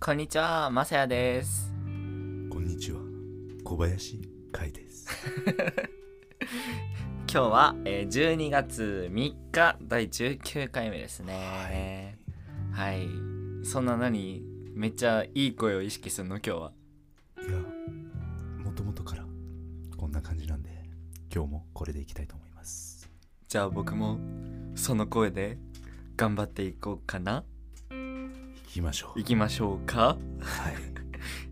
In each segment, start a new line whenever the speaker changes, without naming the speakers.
こんにちは、まさやです。
こんにちは小林海です
今日は、えー、12月3日第19回目ですね。はい。そんな何めっちゃいい声を意識するの今日は。
いやもともとからこんな感じなんで今日もこれでいきたいと思います
じゃあ僕もその声で頑張っていこうかな。
行きましょう
いきましょうか。
は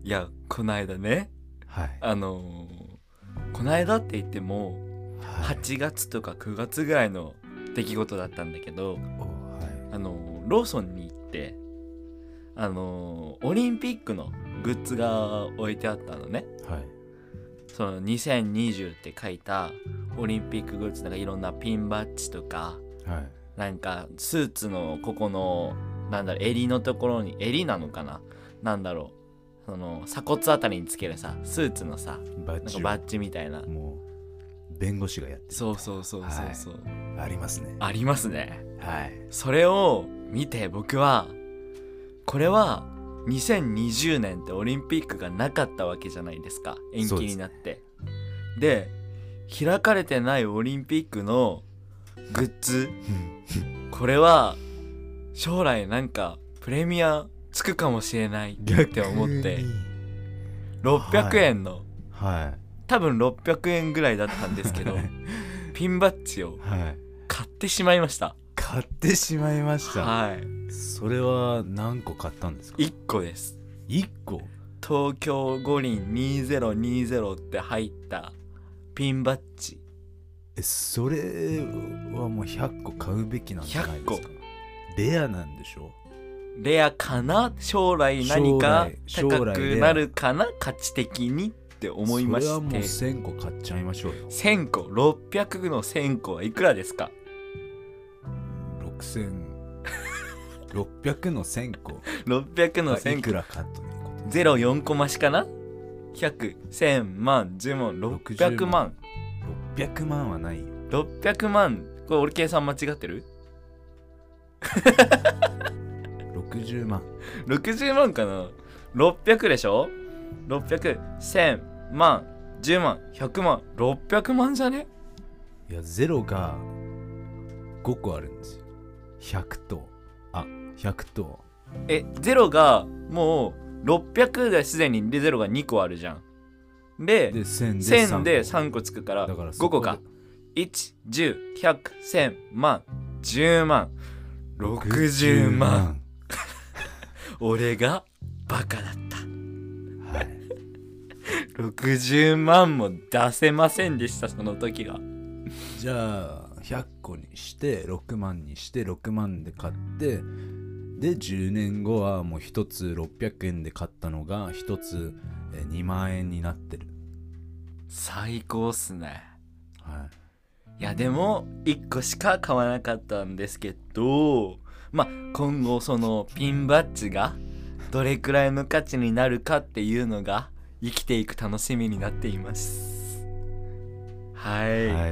い
いや、こないだね。
はい
あのー、こないだって言っても
はい
8月とか9月ぐらいの出来事だったんだけど、
おはい
あのローソンに行ってあのオリンピックのグッズが置いてあったのね
はい
その2020って書いたオリンピックグッズなんかいろんなピンバッジとか
はい
なんかスーツのここのなんだろう襟のところに襟なのかななんだろうその鎖骨あたりにつけるさスーツのさ
バッ
なん
ジ
か
を
バッジみたいな
もう弁護士がやってる
そうそうそうそうそう、
ありますね
ありますね
はい
それを見て僕はこれは2020年ってオリンピックがなかったわけじゃないですか延期になってで,、開かれてないオリンピックのグッズこれは将来なんかプレミアつくかもしれないって思って600円の、
は
多分600円ぐらいだったんですけ
い
どピンバッジを
はい
買ってしまいました
買ってしまいました
はい
それは何個買ったんですか
1個です
一個
東京五輪2020って入ったピンバッジ
えそれはもう100個買うべきなんじゃないですかレアなんでしょ
レアかな将来何か
将来
高
将来レ
く
ア
なるかな価値的にって思いま
それは
し
もう
て
1000個買っちゃいましょうよ
1000個600の1000個はいくらですか
6600の1000個
600の
がい
1000
く
個
らかということ
04コマしかな1001000万10万600万
600万はないよ
600万これ俺計算間違ってる
60万
60万かな600でしょ6001000万10万100万600万じゃね
いやゼロが5個あるんですよ100とあ100と
えゼロがもう600ですでにゼロが2個あるじゃんで
で1000
1000で
で
3個つくから
だから
5
そこ
個
で
か110100100万10万60万俺がバカだった
はい
60万も出せませんでしたその時が
じゃあ100個にして6万にして6万で買ってで10年後はもう1つ600円で買ったのが1つえー2万円になってる、
最高っすね
はい
やでも1個しか買わなかったんですけどまあ今後そのピンバッジがどれくらいの価値になるかっていうのが生きていく楽しみになっていますはい
い、、は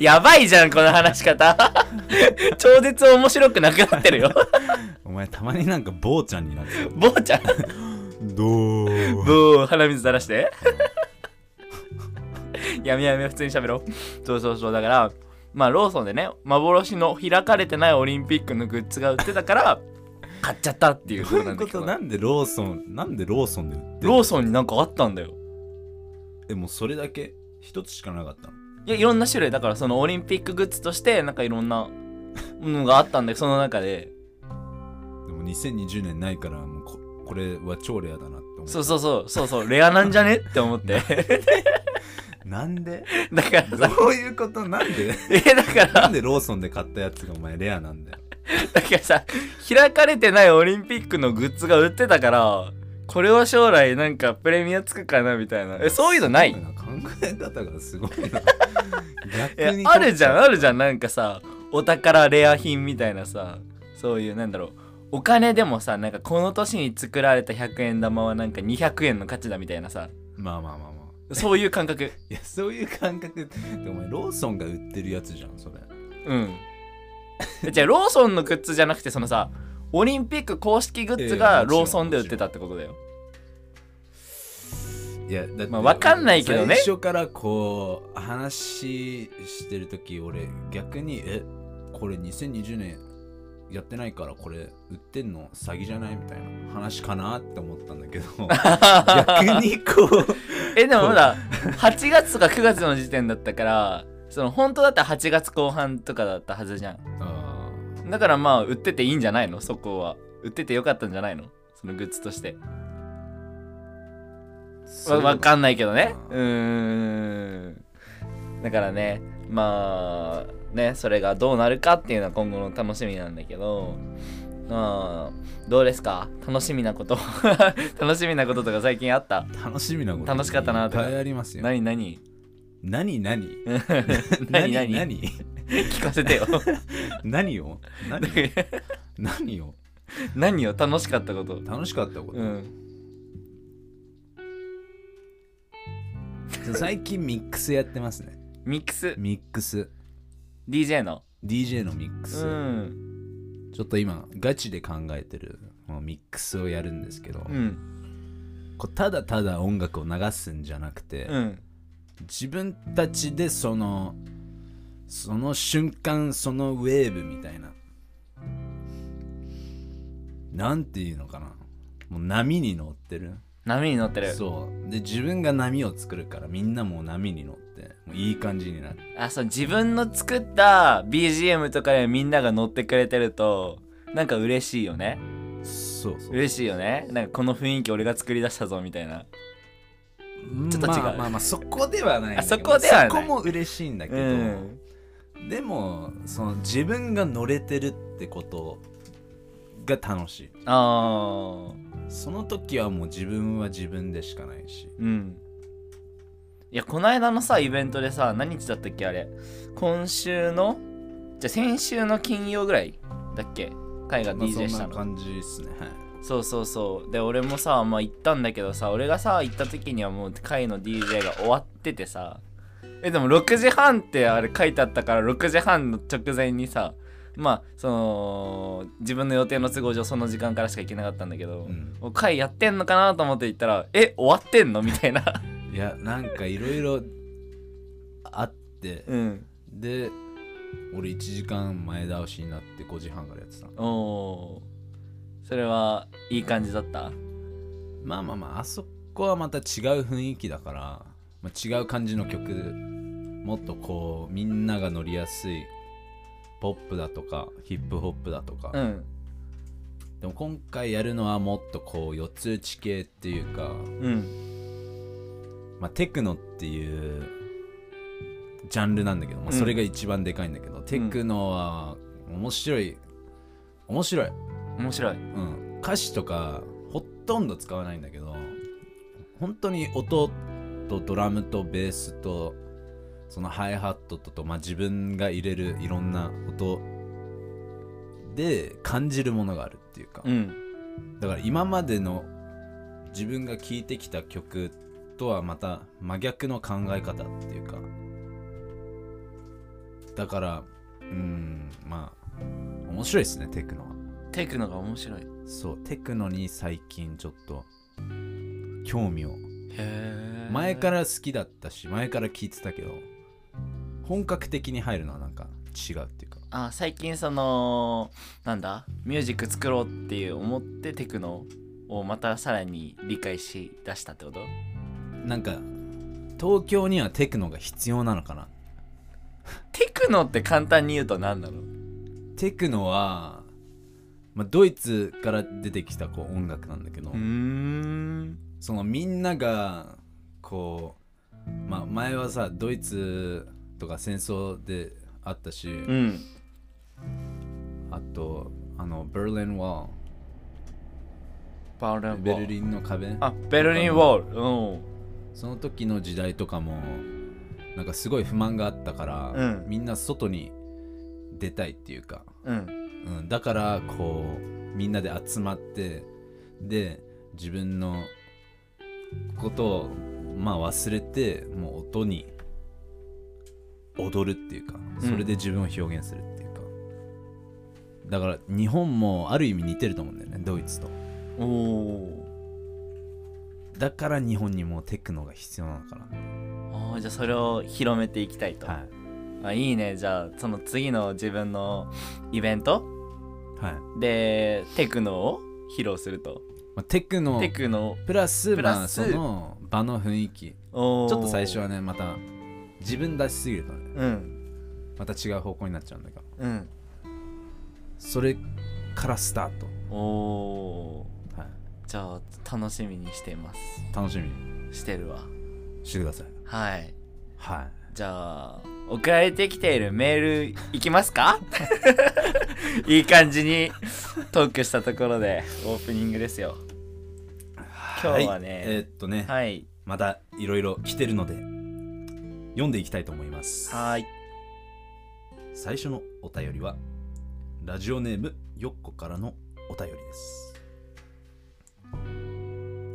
い、
やばいじゃんこの話し方 超絶面白くなくなってるよ
お前たまになんか坊ちゃんになってる
坊ちゃん
どう
ブー鼻水垂らしてやめやめ普通に喋ろうそうそうそうだからまあローソンでね幻の開かれてないオリンピックのグッズが売ってたから買っちゃったっていう
どう
こと
い
な
うん
だ
こ
けど
となんでローソンなんでローソンで売ってる
ローソンになんかあったんだよ
でもそれだけ1つしかなかったの
いやいろんな種類だからそのオリンピックグッズとしてなんかいろんなものがあったんだけどその中で
でも2020年ないからもうここれは超レアだなって思
そうそうそうそうそうレアなんじゃねって思って
うなんで
だからさ
どういうことなんで
えだから
なんでローソンで買ったやつがお前レアなんだよ。
だからさ開かれてないオリンピックのグッズが売ってたからこれは将来なんかプレミアつくかなみたいなえそういうのない
考え方がすごい な。逆
え
に
あるじゃん
ん。
あるじゃんなんかさお宝レア品みたいなさそういうなんだろうお金でもさなんかこの年に作られた100円玉はなんか200円の価値だみたいなさ
まあまあまあまあ。
そういう感 覚
いやそういう感覚ってお前ローソンが売ってるやつじゃんそれ。
うんじゃあローソンのグッズじゃなくてそのさオリンピック公式グッズ
ええ
が
もちろん
ローソンで売ってたってことだよ
いやだって
まあわかんないけどね
最初からこう話してる時俺逆にえこれ2020年やってないからこれ売ってんの詐欺じゃないみたいな話かなって思ったんだけど 逆にこう
えでもまだ8月とか9月の時点だったからその本当だったら8月後半とかだったはずじゃん
あ
だからまあ売ってていいんじゃないのそこは売っててよかったんじゃないのそのグッズとして
ー
わわかんないけどね
う
うんーんだからねまあねそれがどうなるかっていうのは今後の楽しみなんだけどまあどうですか楽しみなこと 楽しみなこととか最近あった
楽しみなこと
楽しかったな
っ
ってて
ありますよ
何 何
何何
何
何
何
何
聞かせ てよ
何を何何を
何よ楽しかったこと
楽しかったこと、
うん
最近ミックスやってますね
ミックス
ミックス
DJ の
DJ のミックス、
うん
ちょっと今ガチで考えてるこのミックスをやるんですけど、
うん
こうただただ音楽を流すんじゃなくて、
うん
自分たちでそのその瞬間そのウェーブみたいななんていうのかなもう波に乗ってる
波に乗ってる
そうで自分が波を作るからみんなもう波に乗ってもういい感じになる
あそう自分の作った BGM とかでみんなが乗ってくれてるとなんか嬉しいよね
そうそう
嬉しいよねなんかこの雰囲気俺が作り出したぞみたいな
ち
ちょっと違う
まあまあまあそこではないんだけど
あそこではない
そこも嬉しいんだけ
う
ど、
ん
でもその自分が乗れてるってことが楽しい
あー
その時はもう自分は自分でしかないし
うんいやこの間のさイベントでさ何日だったっけあれ今週のじゃあ先週の金曜ぐらいだっけ海が
まあそ
DJ
ん
した
な
の、
感じですねはい
そうそうそうで俺もさまあ行ったんだけどさ俺がさ行った時にはもう会の DJ が終わっててさえでも6時半ってあれ書いてあったから6時半の直前にさまあその自分の予定の都合上その時間からしか行けなかったんだけど、
うん
もう会やってんのかなと思って行ったらえ終わってんのみたいな
いやなんかいろいろあって
うん
で俺1時間前倒しになって5時半からやってた
おおーそれはいい感じだった
まあまあまああそこはまた違う雰囲気だから、まあ、違う感じの曲もっとこうみんなが乗りやすいポップだとかヒップホップだとか、
うん
でも今回やるのはもっとこう四つ打ち系っていうか、
うん
まあ、テクノっていうジャンルなんだけど、まあ、
うん
それが一番でかいんだけど、テクノは面白い面白い
面白い
うん、歌詞とかほとんど使わないんだけど本当に音とドラムとベースとそのハイハットとと、まあ、自分が入れるいろんな音で感じるものがあるっていうか、
うん
だから今までの自分が聴いてきた曲とはまた真逆の考え方っていうかだからうんまあ面白いですねテクノは。
テクノが面白いへ
そうテクノに最近ちょっと興味を
え
前から好きだったし前から聞いてたけど本格的に入るのはなんか違うっていうか
あ最近そのなんだミュージック作ろうっていう思ってテクノをまたさらに理解し出したってこと
なんか東京にはテクノが必要なのかな
テクノって簡単に言うと何なの
テクノは、まあ、ドイツから出てきたこう音楽なんだけど、
ん
そのみんながこう、まあ、前はさドイツとか戦争であったし、
うん
あとあのベルリン・ウォー
バ
ル
ルリンウォー
ベルリンの壁
あベルリンウォール
その時の時代とかもなんかすごい不満があったから、
うん
みんな外に出たいっていうか、
うんうん
うん、だからこうみんなで集まってで自分のことをまあ忘れてもう音に踊るっていうか
うん
それで自分を表現するっていうか、だから日本もある意味似てると思うんだよねドイツと
おお
だから日本にもテクノが必要なのか
あーじゃあそれを広めていきたいと、
なはい
あいいねじゃあその次の自分のイベント
はい、
でテクノを披露すると
まあ、テクノ
テクノ
プラス
プラ
まあ
ス
その場の雰囲気ち
ちょ
ょっと最初はねまた自分出しすぎるとね
うん
また違う方向になっちゃうんだけど
うん
それからスタート、
おお
は
ーじゃあ楽しみにしてます
い、楽しみに
してるわ
してください
はい
はい
じゃあ送られてきているメールいきます かいい感じにトークしたところでオープニングですよ今日はね
いえーっとね、
はい
またいろいろ来てるので読んでいきたいと思います
はい
最初のお便りはラジオネームよっこからのお便りです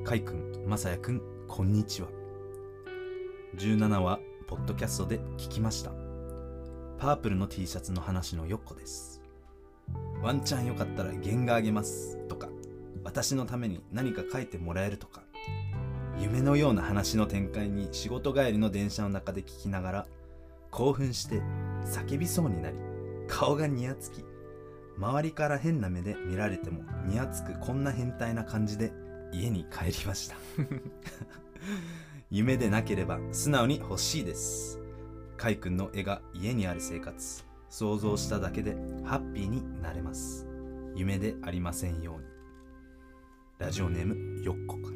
かいくんまさやくんこんにちは17話ポッドキャストで聞きましたパープルの T シャツの話のよっこですワンチャンよかったら原画あげますとか私のために何か書いてもらえるとか夢のような話の展開に仕事帰りの電車の中で聞きながら興奮して叫びそうになり顔がにやつき周りから変な目で見られてもにやつくこんな変態な感じで家に帰りました 夢でなければ素直に欲しいですかいくんの絵が家にある生活想像しただけでハッピーになれます夢でありませんようにラジオネームよっこか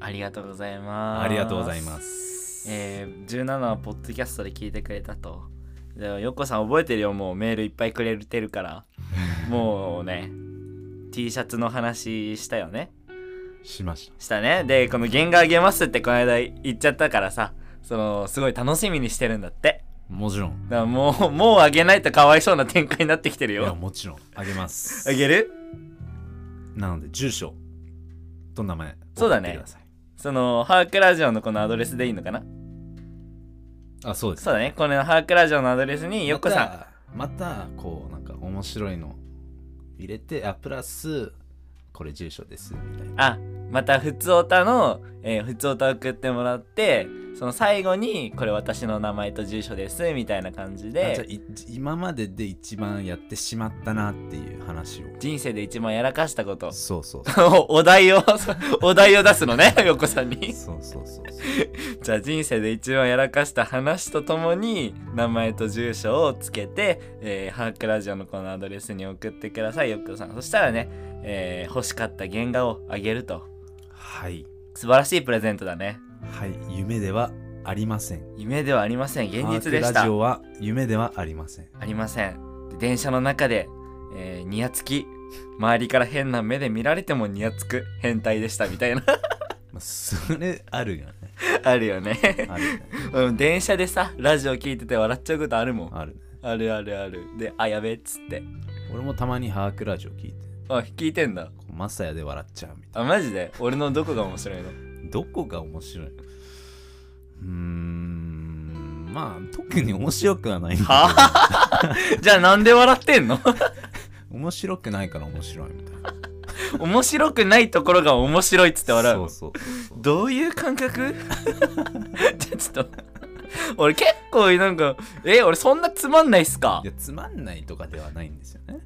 ありがとうござい
ら
ます
ありがとうございます
えー、17はポッドキャストで聞いてくれたと。でよっこさん覚えてるよ、もうメールいっぱいくれてるから。もう ね、T シャツの話したよね。
しました
したね。で、この原画あげますってこの間言っちゃったからさ、その、すごい楽しみにしてるんだって。
もちろん
だからもう、もうあげないとかわいそうな展開になってきてる
いや
よ。
もちろんあげます
あげる
なので住所と名前
そうだね
送ってくさい
その、ハークラジオのこのアドレスでいいのかな
あそうです
そうだね。このハークラジオのアドレスによっこさん。
んまたまたこうなんか面白いの入れてあプラスこれ住所ですみたいな
あまたふつおたの、えー、ふつおた送ってもらってその最後にこれ私の名前と住所ですみたいな感じ
あじゃあ
で
い今までで一番やってしまったなっていう話を
人生で一番やらかしたこと
そうそう
お題をお題を出すのねよっこさん に
そうそうそうそう
じゃあ人生で一番やらかした話とともに名前と住所をつけて、えー、ハークラジオのこのアドレスに送ってくださいよっこさんそしたらね、えー欲しかった原画をあげると
はい
素晴らしいプレゼントだね
はい夢ではありません
夢ではありません現実でし
パークラ
た
ジオは夢ではありません
ありません。で電車の中で、えー、にやつき、周りから変な目で見られてもにやつく、変態でしたみたいな、
まあそれあるよね
あるよね。
あるね
うん、電車でさ、ラジオ聞いてて笑っちゃうことあるもん。
あるね
あるあるある。で、あ、やべっつって。
俺もたまにハークラジオ聞いて
あ、聞いてんだ。
こうマサヤで笑っちゃうみたいな
あ、マジで俺のどこが面白いの
どこが面白いうーんまあ特に面白くはない
はぁじゃあなんで笑ってんの
面白くないから面白いみたいな
面白くないところが面白いっつって笑うの
そうそうそう
どういう感覚 じゃあちょっと俺結構なんかえ俺そんなつまんないっすか
いやつまんないとかではないんですよね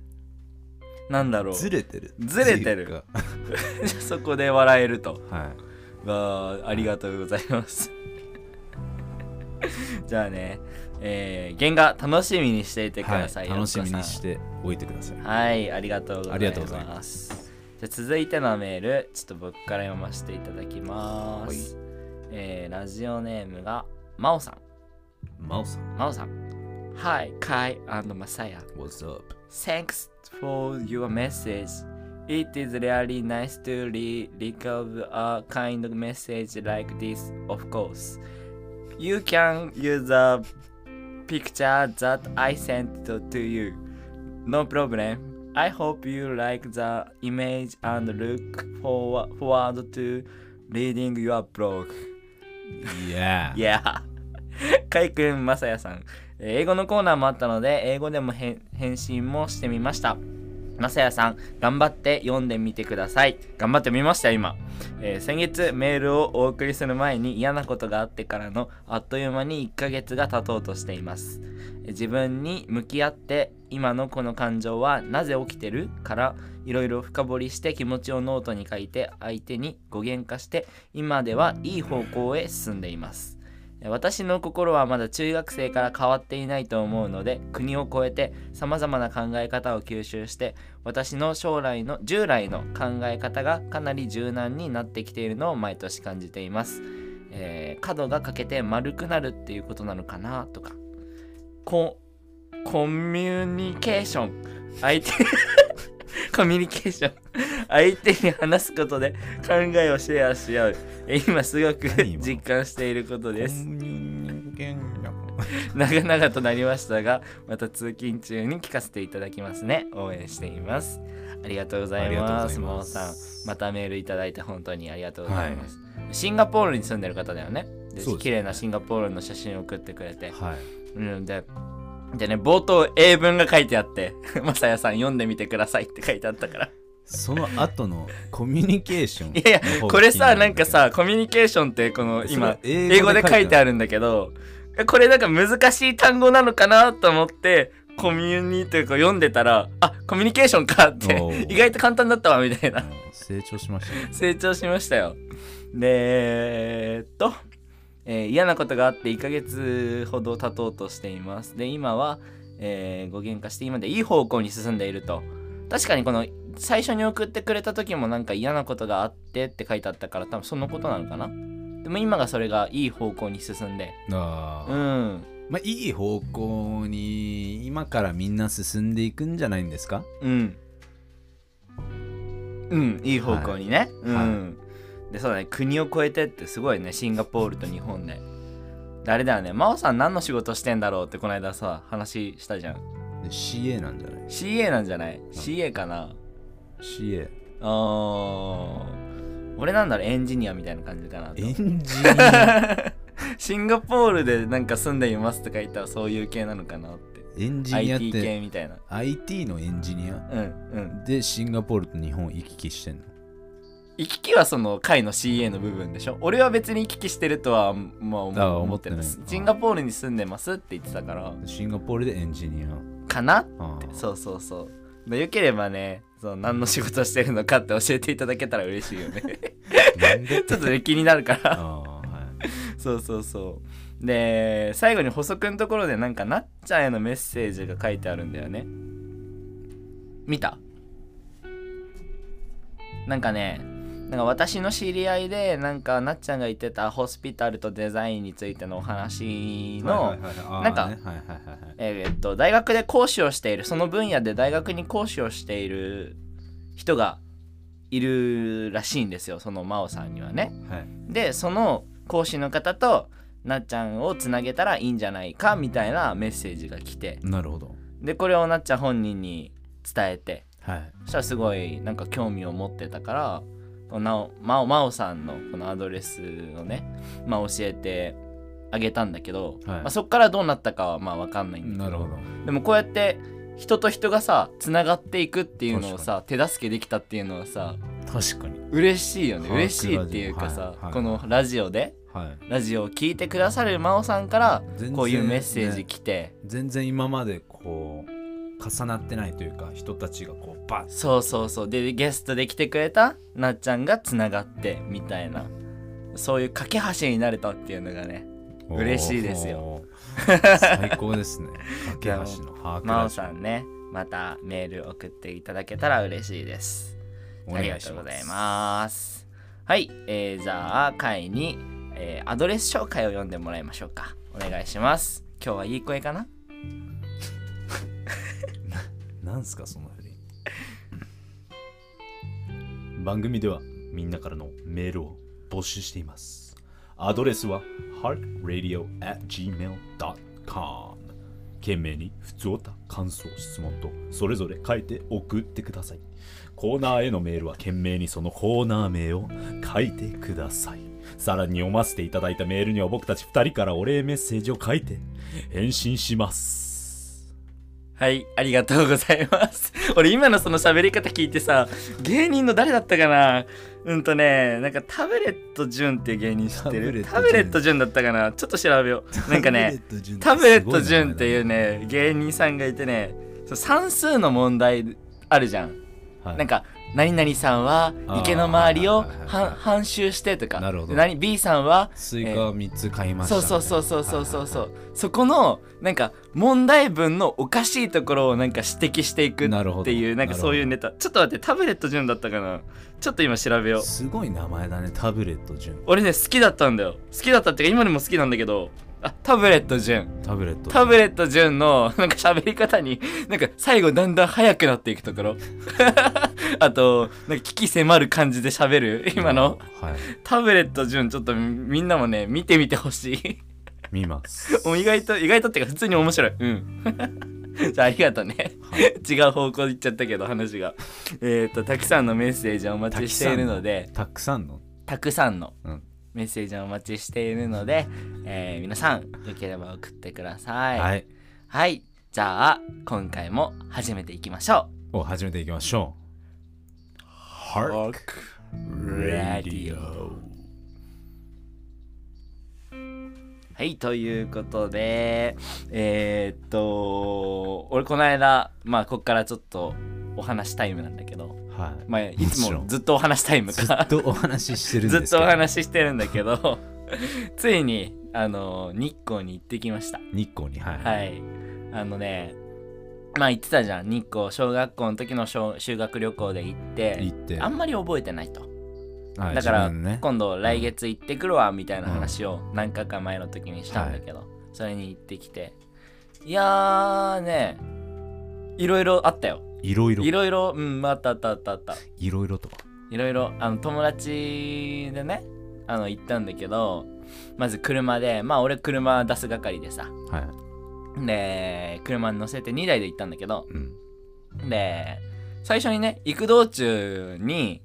なんだろう
ずれてる
ずれてる
っていうか
そこで笑えると
は
わあありがとうございます じゃあね、えー、原画楽しみにしていて
い、
くださ、
はいい、楽しみにしてておいてください
はいありがとうございます
ありがとうございます
じゃあ続いてのメールちょっと僕から読ませていただきます、えー、ラジオネームがまおさん
マオさん
まおさん Hi Kai and Masaya
What's up?
Thanks for your message. It is really nice to re- receive a kind of message like this, of course. You can use a picture that I sent to to you. No problem. I hope you like the image and look for- forward to reading your blog.
Yeah
いやー、かいくん、まさやさん、えー英語のコーナーもあったので、英語でも返返信もしてみました。なさやさん頑張って読んでみてください頑張ってみました今、えー先月メールをお送りする前に嫌なことがあってからのあっという間に1ヶ月が経とうとしていますえー自分に向き合って今のこの感情はなぜ起きてるからいろいろ深掘りして気持ちをノートに書いて相手に語源化して今ではいい方向へ進んでいますえー私の心はまだ中学生から変わっていないと思うので国を越えてさまざまな考え方を吸収して私の将来の従来の考え方がかなり柔軟になってきているのを毎年感じています、えー角が欠けて丸くなるっていうことなのかなとかココミュニケーション相手 コミュニケーション相手に話すことで考えをシェアし合うえ今すごく
何今
実感していることです
コンビニ券が
長々となりましたがまた通勤中に聞かせていただきますね応援していますありがとうござ
あ
い
りがとうご
ま
ざ
す
い
も
ま
うさん
す。
またメールいただいて本当にありがとうございます、シンガポールに住んでる方だよねで
そうですね
綺麗なシンガポールの写真を送ってくれて
はい。
うんででね冒頭英文が書いてあって 「まさやさん読んでみてください」って書いてあったから
その後のコミュニケーション。
いやいや これさなんか、さコミュニケーションってこの今
それ英
英語で書いてあ
る。
るんだけどこれなんか難しい単語なのかなと思ってコミュニというか読んでたらあコミュニケーションかって
おー
意外と簡単だったわみたいな
成長しましたね。
成長しましたよでえーっと、えー嫌なことがあって1ヶ月ほど経とうとしていますで今は、えー語源化して今でいい方向に進んでいると確かにこの最初に送ってくれた時もなんか嫌なことがあってって書いてあったから多分そのことなのかなでも今がそれがいい方向に進んで
あ
う
ー
ん
まあ、いい方向に今からみんな進んでいくんじゃないんですか
うんうんいい方向にね、うん、でそうだね国を越えてってすごいねシンガポールと日本で誰だよね真央さん何の仕事してんだろうってこの間さ話したじゃん
で ?CA なんじゃない
CA なんじゃない CA かな
?CA。
あー俺なんだろうエンジニアみたいな感じかなと
エンジニア。
シンガポールでなんか住んでいますとか言ったらそういう系なのかなって
エンジニアっ
IT
て
系みたいな
IT のエンジニア
うんうん
でシンガポールと日本行き来してんの
行き来はその会の CA の部分でしょ俺は別に行き来してるとはまあ
ああ
思思ってます
思ってない
シンガポールに住んでますって言ってたから
シンガポールでエンジニア
かな
あー
そうそうそうでよければねその何の仕事してるのかって教えていただけたら嬉しいよね
なん で
ちょっとね気になるから
あーはい
そうそうそうで最後に補足のところでなんかなっちゃんへのメッセージが書いてあるんだよね見たなんかねなんか私の知り合いでなんかなっちゃんが言ってたホスピタルとデザインについてのお話の、
はいはいはいはい
なんか
あーねはいはいはいはい
えーっと大学で講師をしているその分野で大学に講師をしている人がいるらしいんですよその真央さんにはね。
はい
でその講師の方となっちゃんをつなげたらいいんじゃないかみたいなメッセージが来て
なるほど
でこれをなっちゃん本人に伝えて
はい
そしたらすごいなんか興味を持ってたからなおまおまおさんのこのアドレスをね、まあ、教えてあげたんだけど、
はい
まあ、そっからどうなったかはまあ分かんないんだ
な
け
る
ど
ほど
でもこうやって人と人がさつながっていくっていうのをさ手助けできたっていうのはさ
確かに
嬉しいよね
はい
嬉しいっていうかさ、
はいはい
このラジオで
はい
ラジオを聞いてくださる真央さんから
全然
こういうメッセージ来て、
全然今までこう重なってないというか人たちがこうバッ
そうそうそうでゲストで来てくれたなっちゃんがつながってみたいなそういう架け橋になれたっていうのがね嬉しいですよ
よ最高で すね架け
じゃあ
橋のハーク
真
ラ
央
ジオ
さんねまたメール送っていただけたら嬉しいです。
お
あり
願
が
いし
とうご
ま
ざい
す
ます。はい、えー、じゃあ、会に、えーアドレス紹介を読んでもらいましょうか。お願いします。今日はいい声かな
なんすかその振り番組ではみんなからのメールを募集していますアドレスは heartradio.gmail.com 懸命に普通た感想質問とそれぞれ書いて送ってくださいコーナーへのメールは懸命にそのコーナー名を書いてくださいさらに読ませていただいたメールには僕たち2人からお礼メッセージを書いて返信します
はい、ありがとうございます。 俺今のその喋り方聞いてさ、芸人の誰だったかなうんとね、なんかタブレットジュンっていう芸人知ってるタ
タ
ブ
ブ
レッ
レッ
ト
ト
ジュンだったかなちょっと調べよう。なんかね、タ
タ
ブ
ブ
レ
レ
ッ
ッ
ト
ト
ジ
ジ
ュ
ュ
ン
ン
っ
ってて
い
いうう
ね、芸人さんがいてね、その算数の問題あるじゃん。
はい
なんか何々さんは
あー
池の周りを
はいはいはいはい
半半周してとか
なるほど
で何 B さんは
スイカ三つ買いまし
そ
たね、
うそうそうそうそうそう
は
そうそこのなんか問題文のおかしいところをなんか指摘していく
なるほど
っていうなんか
なるほど
そういうネタちょっと待ってタブレット順だったかなちょっと今調べ
い
よ
は
う
いすごい名前だねタブレットジュン
俺ね好きだったんだよ好きだったっていうか今でも好きなんだけどあタブレット順
タブレット
タブレット順のなんか喋り方になんか最後だんだん速くなっていくところ あとなんか危機迫る感じで喋る今の
はい
タブレット順ちょっとみんなもね見てみてほしい
見ます
もう意外と意外とっていうか普通に面白いうん じゃあありがとうね違う方向行っちゃったけど話がえっとたくさんのメッセージをお待ちしているので
たくさんの
たくさんの
うん
メッセージをお待ちしているので、えー皆さんよければ送ってください、
はいい
はい、じゃあ今回も始めていきましょ
を始めていきましょう Hark Radio
うはいということでえーっと俺この間まあこっからちょっとお話タイムなんだけど
は
まあい
も
つ
ちろ
も
ん
ずっとお話タイ
い
ム
ず
か
っとお話ししてるん
ず
で
っ
す
と
け
お
ど
話ししてるんだけどついにあの日光に行ってきました
日光にはい、
はいあのねまあ言ってたじゃん日光小学校の時の小修学旅行で行って
行って
あんまり覚えてないと
はい
だから
自分のね
今度来月行ってくるわみたいな話を何回か前の時にしたんだけど、それに行ってきていやーねいろいろあったよ
いろいろ
いろいろうんあったあったあったあった
いろいろとか
いろいろあの友達でねあの行ったんだけどまず車でまあ俺車出す係でさ
はい
で車に乗せて2台で行ったんだけど
うん
で最初にね行く道中に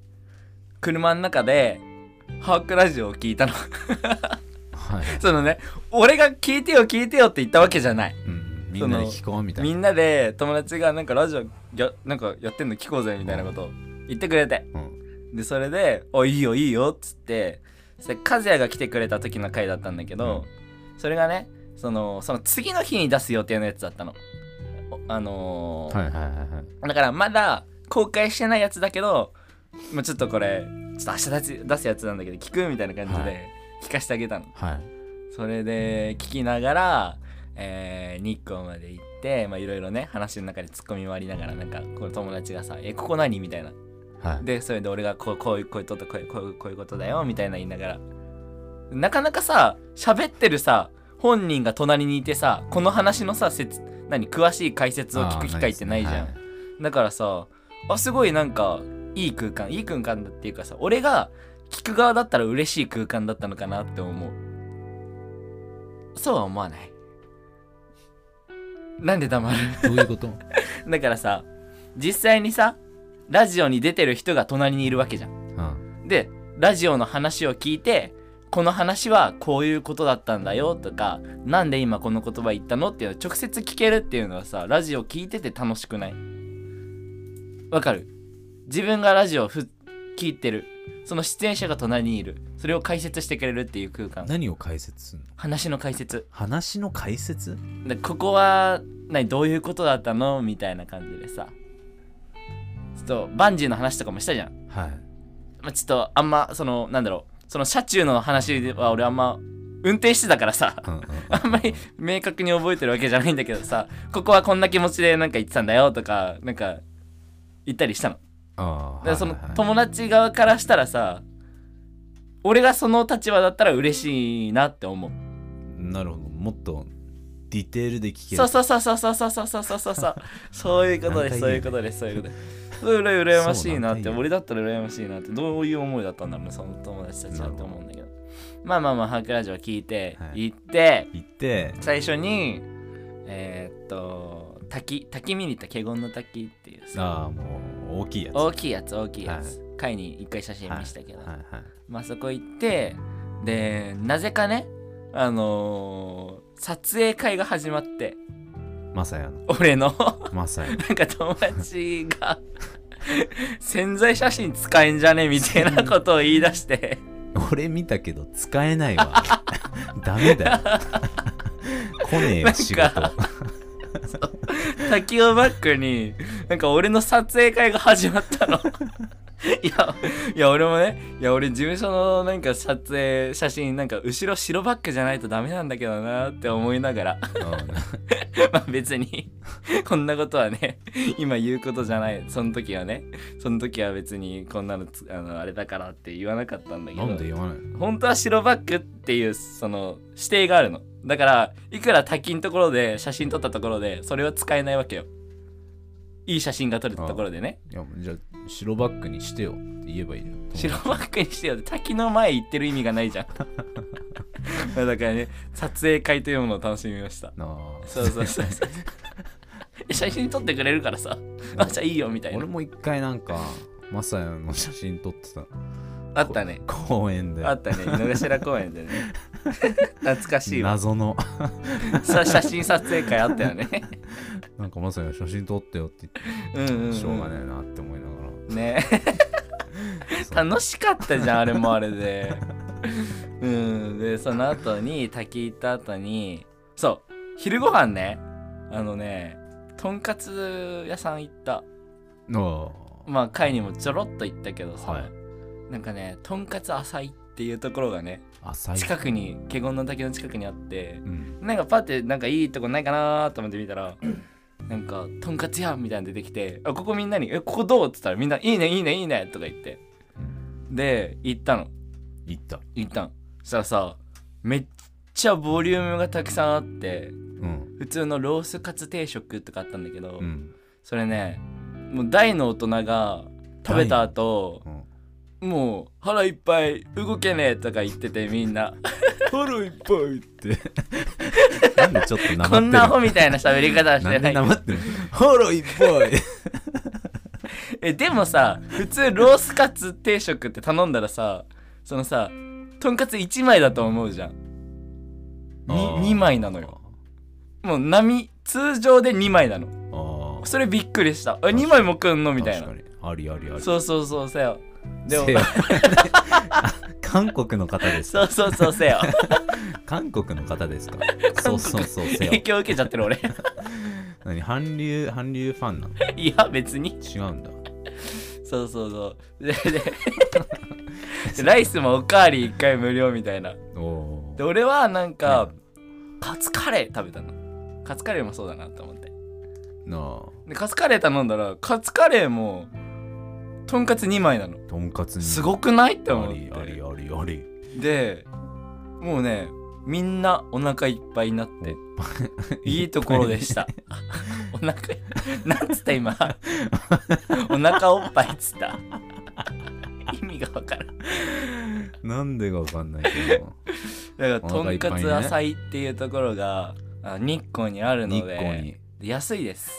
車の中でハークラジオを聞いたの
はい、
そのね俺が聞いてよ聞いてよって言ったわけじゃない
うん、みんなで聞こうみたい
み
なん
なで友達がなんかラジオやなんかやってんの聞こうぜみたいなことを言ってくれて
うん
でそれで「おいいよいいよ」っつってそれ和也が来てくれた時の回だったんだけど、それがねそのその次の日に出す予定のやつだったの。おあのー
はいはいはいはい
だからまだ公開してないやつだけど、まあ、ちょっとこれちょっと明日出す出すやつなんだけど聞くみたいな感じ
は
で聞かせてあげたの。
はい
それで聞きながら、えー日光まで行ってまあいろいろね話の中でツッコミもありながらなんかこの友達がさ「えここ何?」みたいな
はい
でそれで俺がこうこういうこういうことこういうこういうこういうことだよみたいな言いながらなかなかさ喋ってるさ本人が隣にいてさこの話のさ説何詳しい解説を聞く機会ってないじゃん、
あー
だからさあすごいなんかいい空間いい空間だっていうかさ俺が聞く側だったら嬉しい空間だったのかなって思うそうは思わないなんで黙る
ないですねはいどういうこと
だからさ実際にさラジオに出てる人が隣にいるわけじゃん。
うん
でラジオの話を聞いてこの話はこういうことだったんだよとかなんで今この言葉言ったのっていうのを直接聞けるっていうのはさラジオ聞いてて楽しくないわかる自分がラジオふ聞いてるその出演者が隣にいるそれを解説してくれるっていう空間
何を解説するの
話の解説
話の解説
でここは何どういうことだったのみたいな感じでさちょっとバンジーの話とかもしたじゃん、
はい
まあ、ちょっとあんまそのなんだろうその車中の話は俺あんま運転してたからさ
うんうん
あんまり明確に覚えてるわけじゃないんだけどさここはこんな気持ちでなんか言ってたんだよとかなんか言ったりしたの
あー
でその
はいはいはい
友達側からしたらさ俺がその立場だったら嬉しいなって思う
なるほどもっとディテールで聞ける
そうそうそうそうそうそうそうそうそうそうそうそういうことです
何回言うの
そういうことですそういうことですうら羨ましいなっ
そう何回
て
言うの
俺だったら羨ましいなってどういう思いだったんだろうねその友達たちはって思うんだけどまあまあまあハークラジオ聞いて、
はい
行って
行って
最初にえーっと滝滝見に行った華厳の滝っていうさ
ああもう大きいやつ
大きいやつ大きいやつ、会に一回写真見したけど、
はいはい
まあそこ行ってでなぜかねあのー撮影会が始まって
マサヤの
俺の
マサヤ
なんか友達が潜在写真使えんじゃねみたいなことを言い出して
俺見たけど使えないわ ダメだ よ来ねえ
な
よ
んか
仕事
滝をバックになんか俺の撮影会が始まったのいやいや俺もねいや俺事務所のなんか撮影写真なんか後ろ白バックじゃないとダメなんだけどなって思いながら まあ別にこんなことはね今言うことじゃないその時はねその時は別にこんなのつあのあれだからって言わなかったんだけ
うん
ど
なんで言わないの
本当は白バックっていうその指定があるのだからいくら滝のところで写真撮ったところでそれは使えないわけよいい写真が撮れたところでね
いやじゃあ白バックにしてよって言えばいいよ
白バックにしてよ滝の前行ってる意味がないじゃん まあだからね撮影会というものを楽しみました
なあ
そうそうそうそう写真撮ってくれるからさあじゃあいいよみたいな
俺も一回なんかマサヤの写真撮ってた
あったね
公園で
あったね井の頭公園でね 懐かしいわ
謎の
さ写真撮影会あったよね
なんかマサヤ写真撮ってよって言
うんうん、
っ
うん、
てしょうがねえなって思いながら
ね楽しかったじゃんあれもあれ でうんでその後に滝行った後にそう昼ご飯ねあのねとんかつ屋さん行った
ああ
まあ会にもちょろっと行ったけどさ、
はい
なんかねとんかつ浅いっていうところがね
浅い
近くに華厳の滝の近くにあって
うん
なんかパッてなんかいいとこないかなと思って見たら、なんか「とんかつ屋」みたいなの出てきて「あここみんなにえここどう?」っつったらみんな「いいねいいねいいね」とか言ってで行ったの
行った
行ったのそしたらさめっちゃボリュームがたくさんあって
うん
普通のロースカツ定食とかあったんだけど、
うん
それねもう大の大人が食べた後
うん
もう腹いっぱい動けねえとか言っててみん な
腹いっぱいって なんでちょっとなまってる
こんなアホみたいな喋り方してない
なんで黙ってる腹いっぱい
えでもさ普通ロースカツ定食って頼んだらさそのさとんかつ1枚だと思うじゃん
あー
2, 枚なのよもう波通常で2枚なの
ああ
それびっくりした
かに
2枚もくんのみたいな
確かにありありあり
そうそうそうせよでも
せや 韓国の方です
そうそうそうせよ
韓国の方ですかそうそうそうせ
影
よ
響受けちゃってる俺
何韓流韓流ファンなの
いや別に
違うんだ
そうそうそうで ででライスもおかわり1回無料みたいな
おお
で俺はなんか
う
カツカレー食べたのカツカレーもそうだなと思って
なあ
でカツカレー頼んだらカツカレーもとんかつ2枚なの
とんかつに
すごくないって思
あ
っ
りあり
て
ありあり
でもうねみんなお腹いっぱいになっていいところでしたお腹いなんつった今お腹おっぱいっつった意味がわからん
なんでかわかんないけど
だからと
お腹い
ん
っぱい
か
ね
つ浅いっていうところがあ日光にある
日
ので
光に
で安いです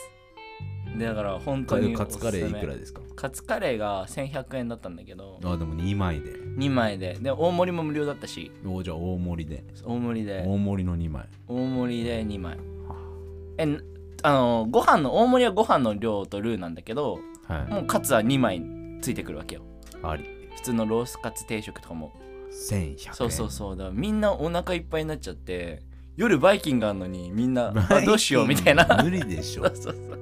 でだから本当
カ
に
カツカレ
おすす
ー
め
いくらですか
カツカレーが1100円だったんだけど
あでも2枚で
2枚でで大盛りも無料だったし
おじゃあ大盛りで
大盛りで
大盛りの2枚
大盛りで2枚えんあのご飯の大盛りはご飯の量とルーなんだけど
は
もうカツは2枚ついてくるわけよ
いあり
普通のロースカツ定食とかも
1100円
そうそうそうだからみんなお腹いっぱいになっちゃって夜バイキングあるのにみん な
バイキン
あどうしようみたいな
無理でしょ
そうそうそう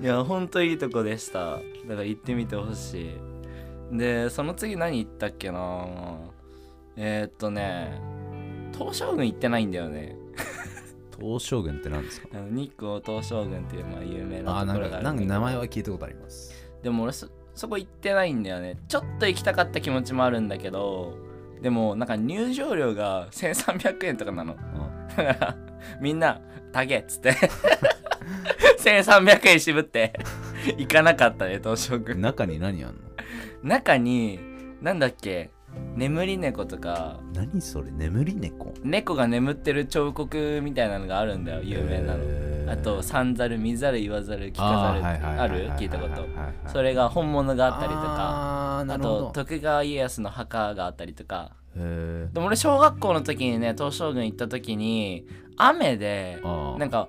いやほんといいとこでしただから行ってみてほしいでその次何行ったっけなえー、っとね東照宮行ってないんだよね
東照宮って何ですか
あの日光東照宮っていうまあ有名
あ
なとこ
なん
ろ
か
がある
なん
だけど
か名前は聞いたことあります
でも俺そそこ行ってないんだよねちょっと行きたかった気持ちもあるんだけどでもなんか入場料が1300円とかなのだからみんな「タゲ」っつって 1300円渋って行かなかったね東照
う
宮
ん中に何あんの
中になんだっけ眠り猫とか
何それ眠り猫
猫が眠ってる彫刻みたいなのがあるんだよ有名なの、
へー
あと「
聞
さんざる見ざる言わざる聞かざる」ある聞いたことそ
れ
れが本物があったりとか
あーな
あ
るほど
と徳川家康の墓があったりとか
へ
でも俺小学校の時にね東照宮行った時に雨で
ー
なんか、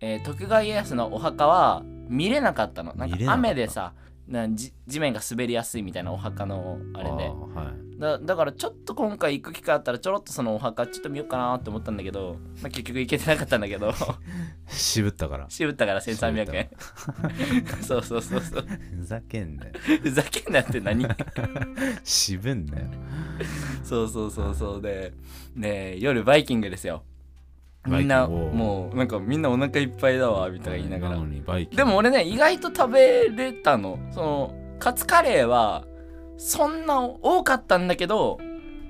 えー徳川家康のお墓は見れなかったのなんか
見れなかった
雨でさなんじ地面が滑りやすいみたいなお墓のあれで
ーはい
だだからちょっと今回行く機会あったらちょろっとそのお墓ちょっと見ようかなって思ったんだけど、まあ、結局行けてなかったんだ けど
渋ったから
渋ったから1300円そう そうそうそう
ふざけんなよ
ふざけんなって何
渋んなよ
そうそうそうそうでね夜バイキングですよ
バ
み
イキング
んな
おー
もうなんかみんなお腹いっぱいだわみたいな言いながら
のにバイキン
でも俺ね意外と食べれたのそのカツカレーはそんな多かったんだけど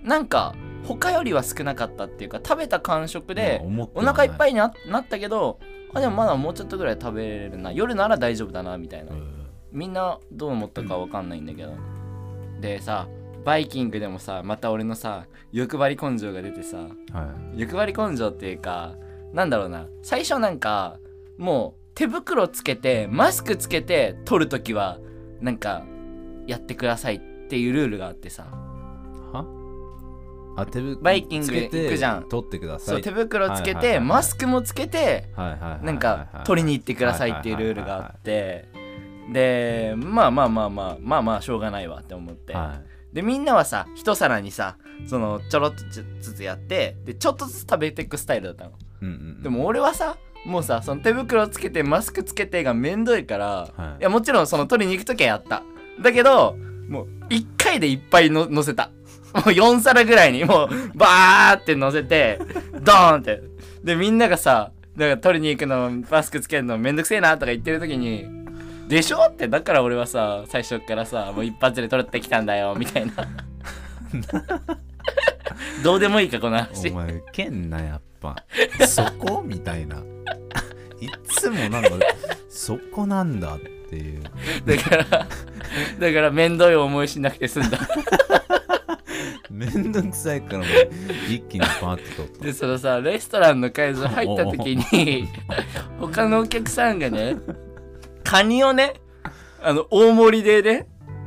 なんか他よりは少なかったっていうか食べた感触でお腹いっぱ
い
いにななったけどあでもまだもうちょっとぐらい食べれるな夜なら大丈夫だなみたいなみんなどう思ったかわかんないんだけどでさバイキングでもさまた俺のさ欲張り根性が出てさ
はい
欲張り根性っていうかなんだろうな最初なんかもう手袋つけてマスクつけて撮るときはなんかやってくださいっていうルールがあってさ
はあ手ぶ
バイキング
つけて
行くじゃん
取ってください
そう手袋つけ
はいはいはい
て
はい
マスクもつけて
はいはいはいはいはい
なんか撮りに行ってくださいっていうルールがあってでまあまあまあまあまあまあしょうがないわって思って
は
でみんなはさ一皿にさそのちょろっとずつやってでちょっとずつ食べていくスタイルだったの。
いうんうん
でも俺はさもうさその手袋つけてマスクつけてがめんどいから、
はい
い、やもちろんその取りに行く時はやっただけどもう1回でいっぱいの乗せたもう4皿ぐらいにもうバーって乗せてドーンってでみんながさだから取りに行くのマスクつけるのめんどくせえなとか言ってる時に「でしょ?」ってだから俺はさ最初っからさもう一発で取ってきたんだよみ たいなどうでもいいかこの話
お前ウケんなやっぱ そこみたいな いつもなんかそこなんだっていう
だから、だから面倒い思いしなくて済んだ。
めんどくさいからもう一気にパーッと取
で、
っ
そのさ、レストランの会場入った時に、他のお客さんが ね、カニをね、あの、大盛りでね、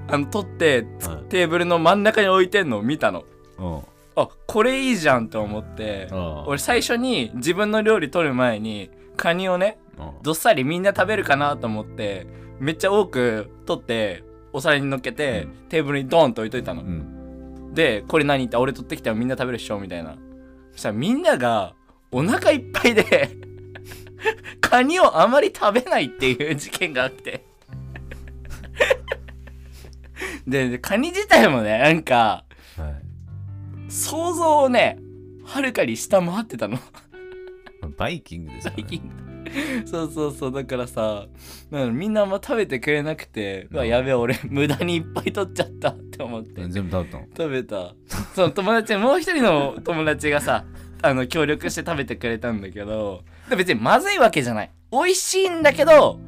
あの、取って、
た、はい
テーブルの真ん中に置いてんのを見たの。
うん
あ、これいいじゃんと思って、
あ
俺最初に自分の料理取る前に、カニをね、
あ
どっさりみんな食べるかなと思って、めっちゃ多く取って、お皿に乗っけて、テーブルにドーンと置いといたの
う。ん
で、これ何って俺取ってきたよみんな食べるっしょみたいな。そしたらみんながお腹いっぱいで、 カニをあまり食べないっていう事件があって。で、でカニ自体もね、なんか、
はい
想像をね、はるかに下回ってたの。
バイキングですからね
最近そうそうそう、だからさ、なんかみんなあんま食べてくれなくて、うわ、やべえ、俺、無駄にいっぱい取っちゃったって思って。
全部食べたの
食べたその友達もう一人の友達がさあの協力して食べてくれたんだけどで別にまずいわけじゃない美味しいんだけど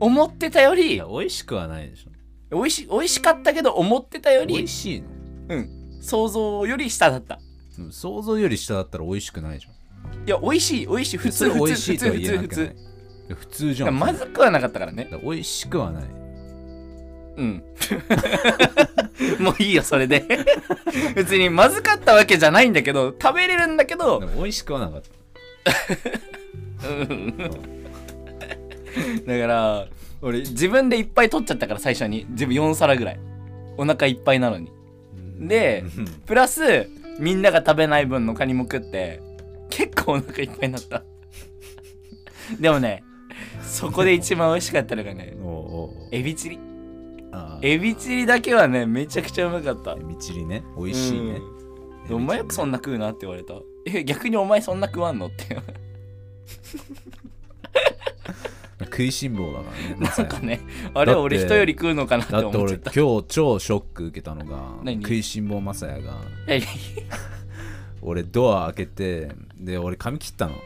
思ってたよ
い
り
や美味しくはないでしょ
美味し美味しかったけど思ってたよ
美
り
味しいの
想像より下だった
でも想像より下だったら美味しくないじゃん
いや美味しい美味しい普
そ
通
れ
普
美
通
味し
普
いと
通
は
普
言
通普
えなくない
通
いや普通じ
だ
ゃ
から
ん
まずくはなかったからね
だから美味しくはない
うん もういいよそれで 別にまずかったわけじゃないんだけど食べれるんだけど
でも美味しくはなかった
だから俺自分でいっぱい取っちゃったから最初に自分4皿ぐらいお腹いっぱいなのにで
うん
プラスみんなが食べない分のカニも食って結構お腹いっぱいになった でもねそこで一番美味しかったのがね
おうおうおう
エビチリ
あー
エビチリだけはねめちゃくちゃうまかった
エビチリね美味しいね
うんお前よくそんな食うなって言われたえ逆にお前そんな食わんのって
食いしん坊だからねまさ
なん
に
かねあれ
だって
俺人より食うのかなって
だって
思っ
俺
ちゃっ
今
た
日超ショック受けたのが
何
食いしん坊まさやが
う
俺ドア開けてで俺髪切ったの
ん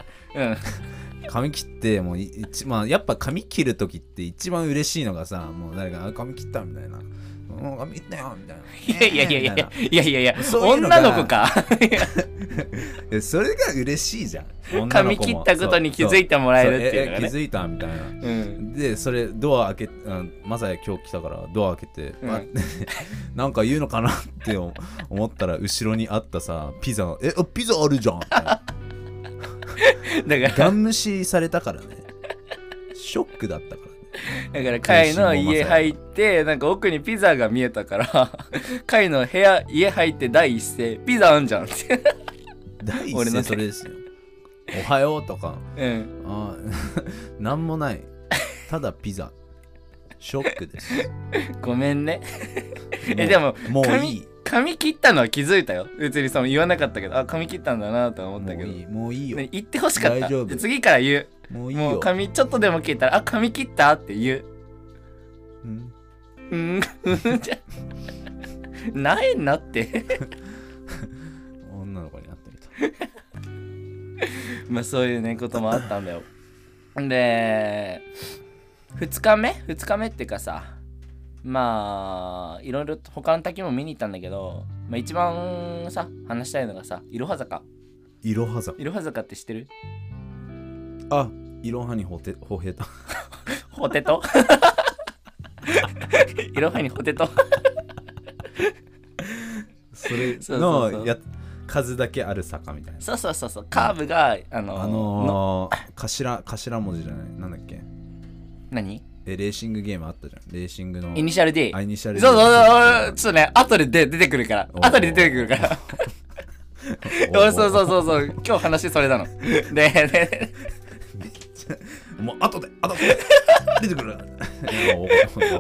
髪切ってもうい一まあやっぱ髪切る時って一番嬉しいのがさもう誰かあ「髪切った」みたいなもう見てよみたいな。
い やいやいやいや
みた
いやいやいや
そういうのが
女の子か
いなそれが嬉しいじゃん。女の
髪
子も
切ったことに気づいてもらえるっていうのが
そ
ね
ええ気づいたみたいな。
うん
で、それ、ドア開け、うんまさや今日来たから、ドア開けて、
うん
バッて なんか言うのかなって思思ったら、後ろにあったさ、ピザの、え、あピザあるじゃんみたいな
だか
ガン無視されたからね。ショックだったからね。
らだからカイの家入ってなんか奥にピザが見えたから カイの部屋家入って第一声「ピザあんじゃん」って
第
俺
一
のね
声それですよ。おはようとか、
うん
あ ーなんもない。ただピザ。ショックです。
ごめんね
う
えでも
もうい
髪
い。
髪切ったのは気づいたよ別にその言わなかったけどあ髪切ったんだなとは思
も
った
う
けど
いい。もういいよ。
ね言ってほしかっ
大
た
丈夫
で次から言
もう
う
いい
もう
よ。
髪ちょっとでも切ったら「あ髪切った?」って言う
うん
うん うんじゃないなって
女の子になってみた。
まあそういうねこともあったんだよで2日目2日目っていうかさまあいろいろと他の滝も見に行ったんだけど、まあ、一番さ話したいのがさいろは坂
いろはざ。
いろは坂って知ってる
あ、いろはにほて、ほへた。
ホテト いろはにホテト
それ
そうそうそ
の
う
や数だけある坂みたいな。
そうそうそうそうカーブがあの
あのー、頭、頭文字じゃない。なんだっけ
何
え、レーシングゲームあったじゃん。レーシングの。
イニシャル D
あイニシャル
そうそうそう、
う
ちょっとね、後で出出てくるから
お、ー
後で出てくるから。 そうそうそうそうそう、今日話それなの。で、で
う。もう後で、後で出てくる。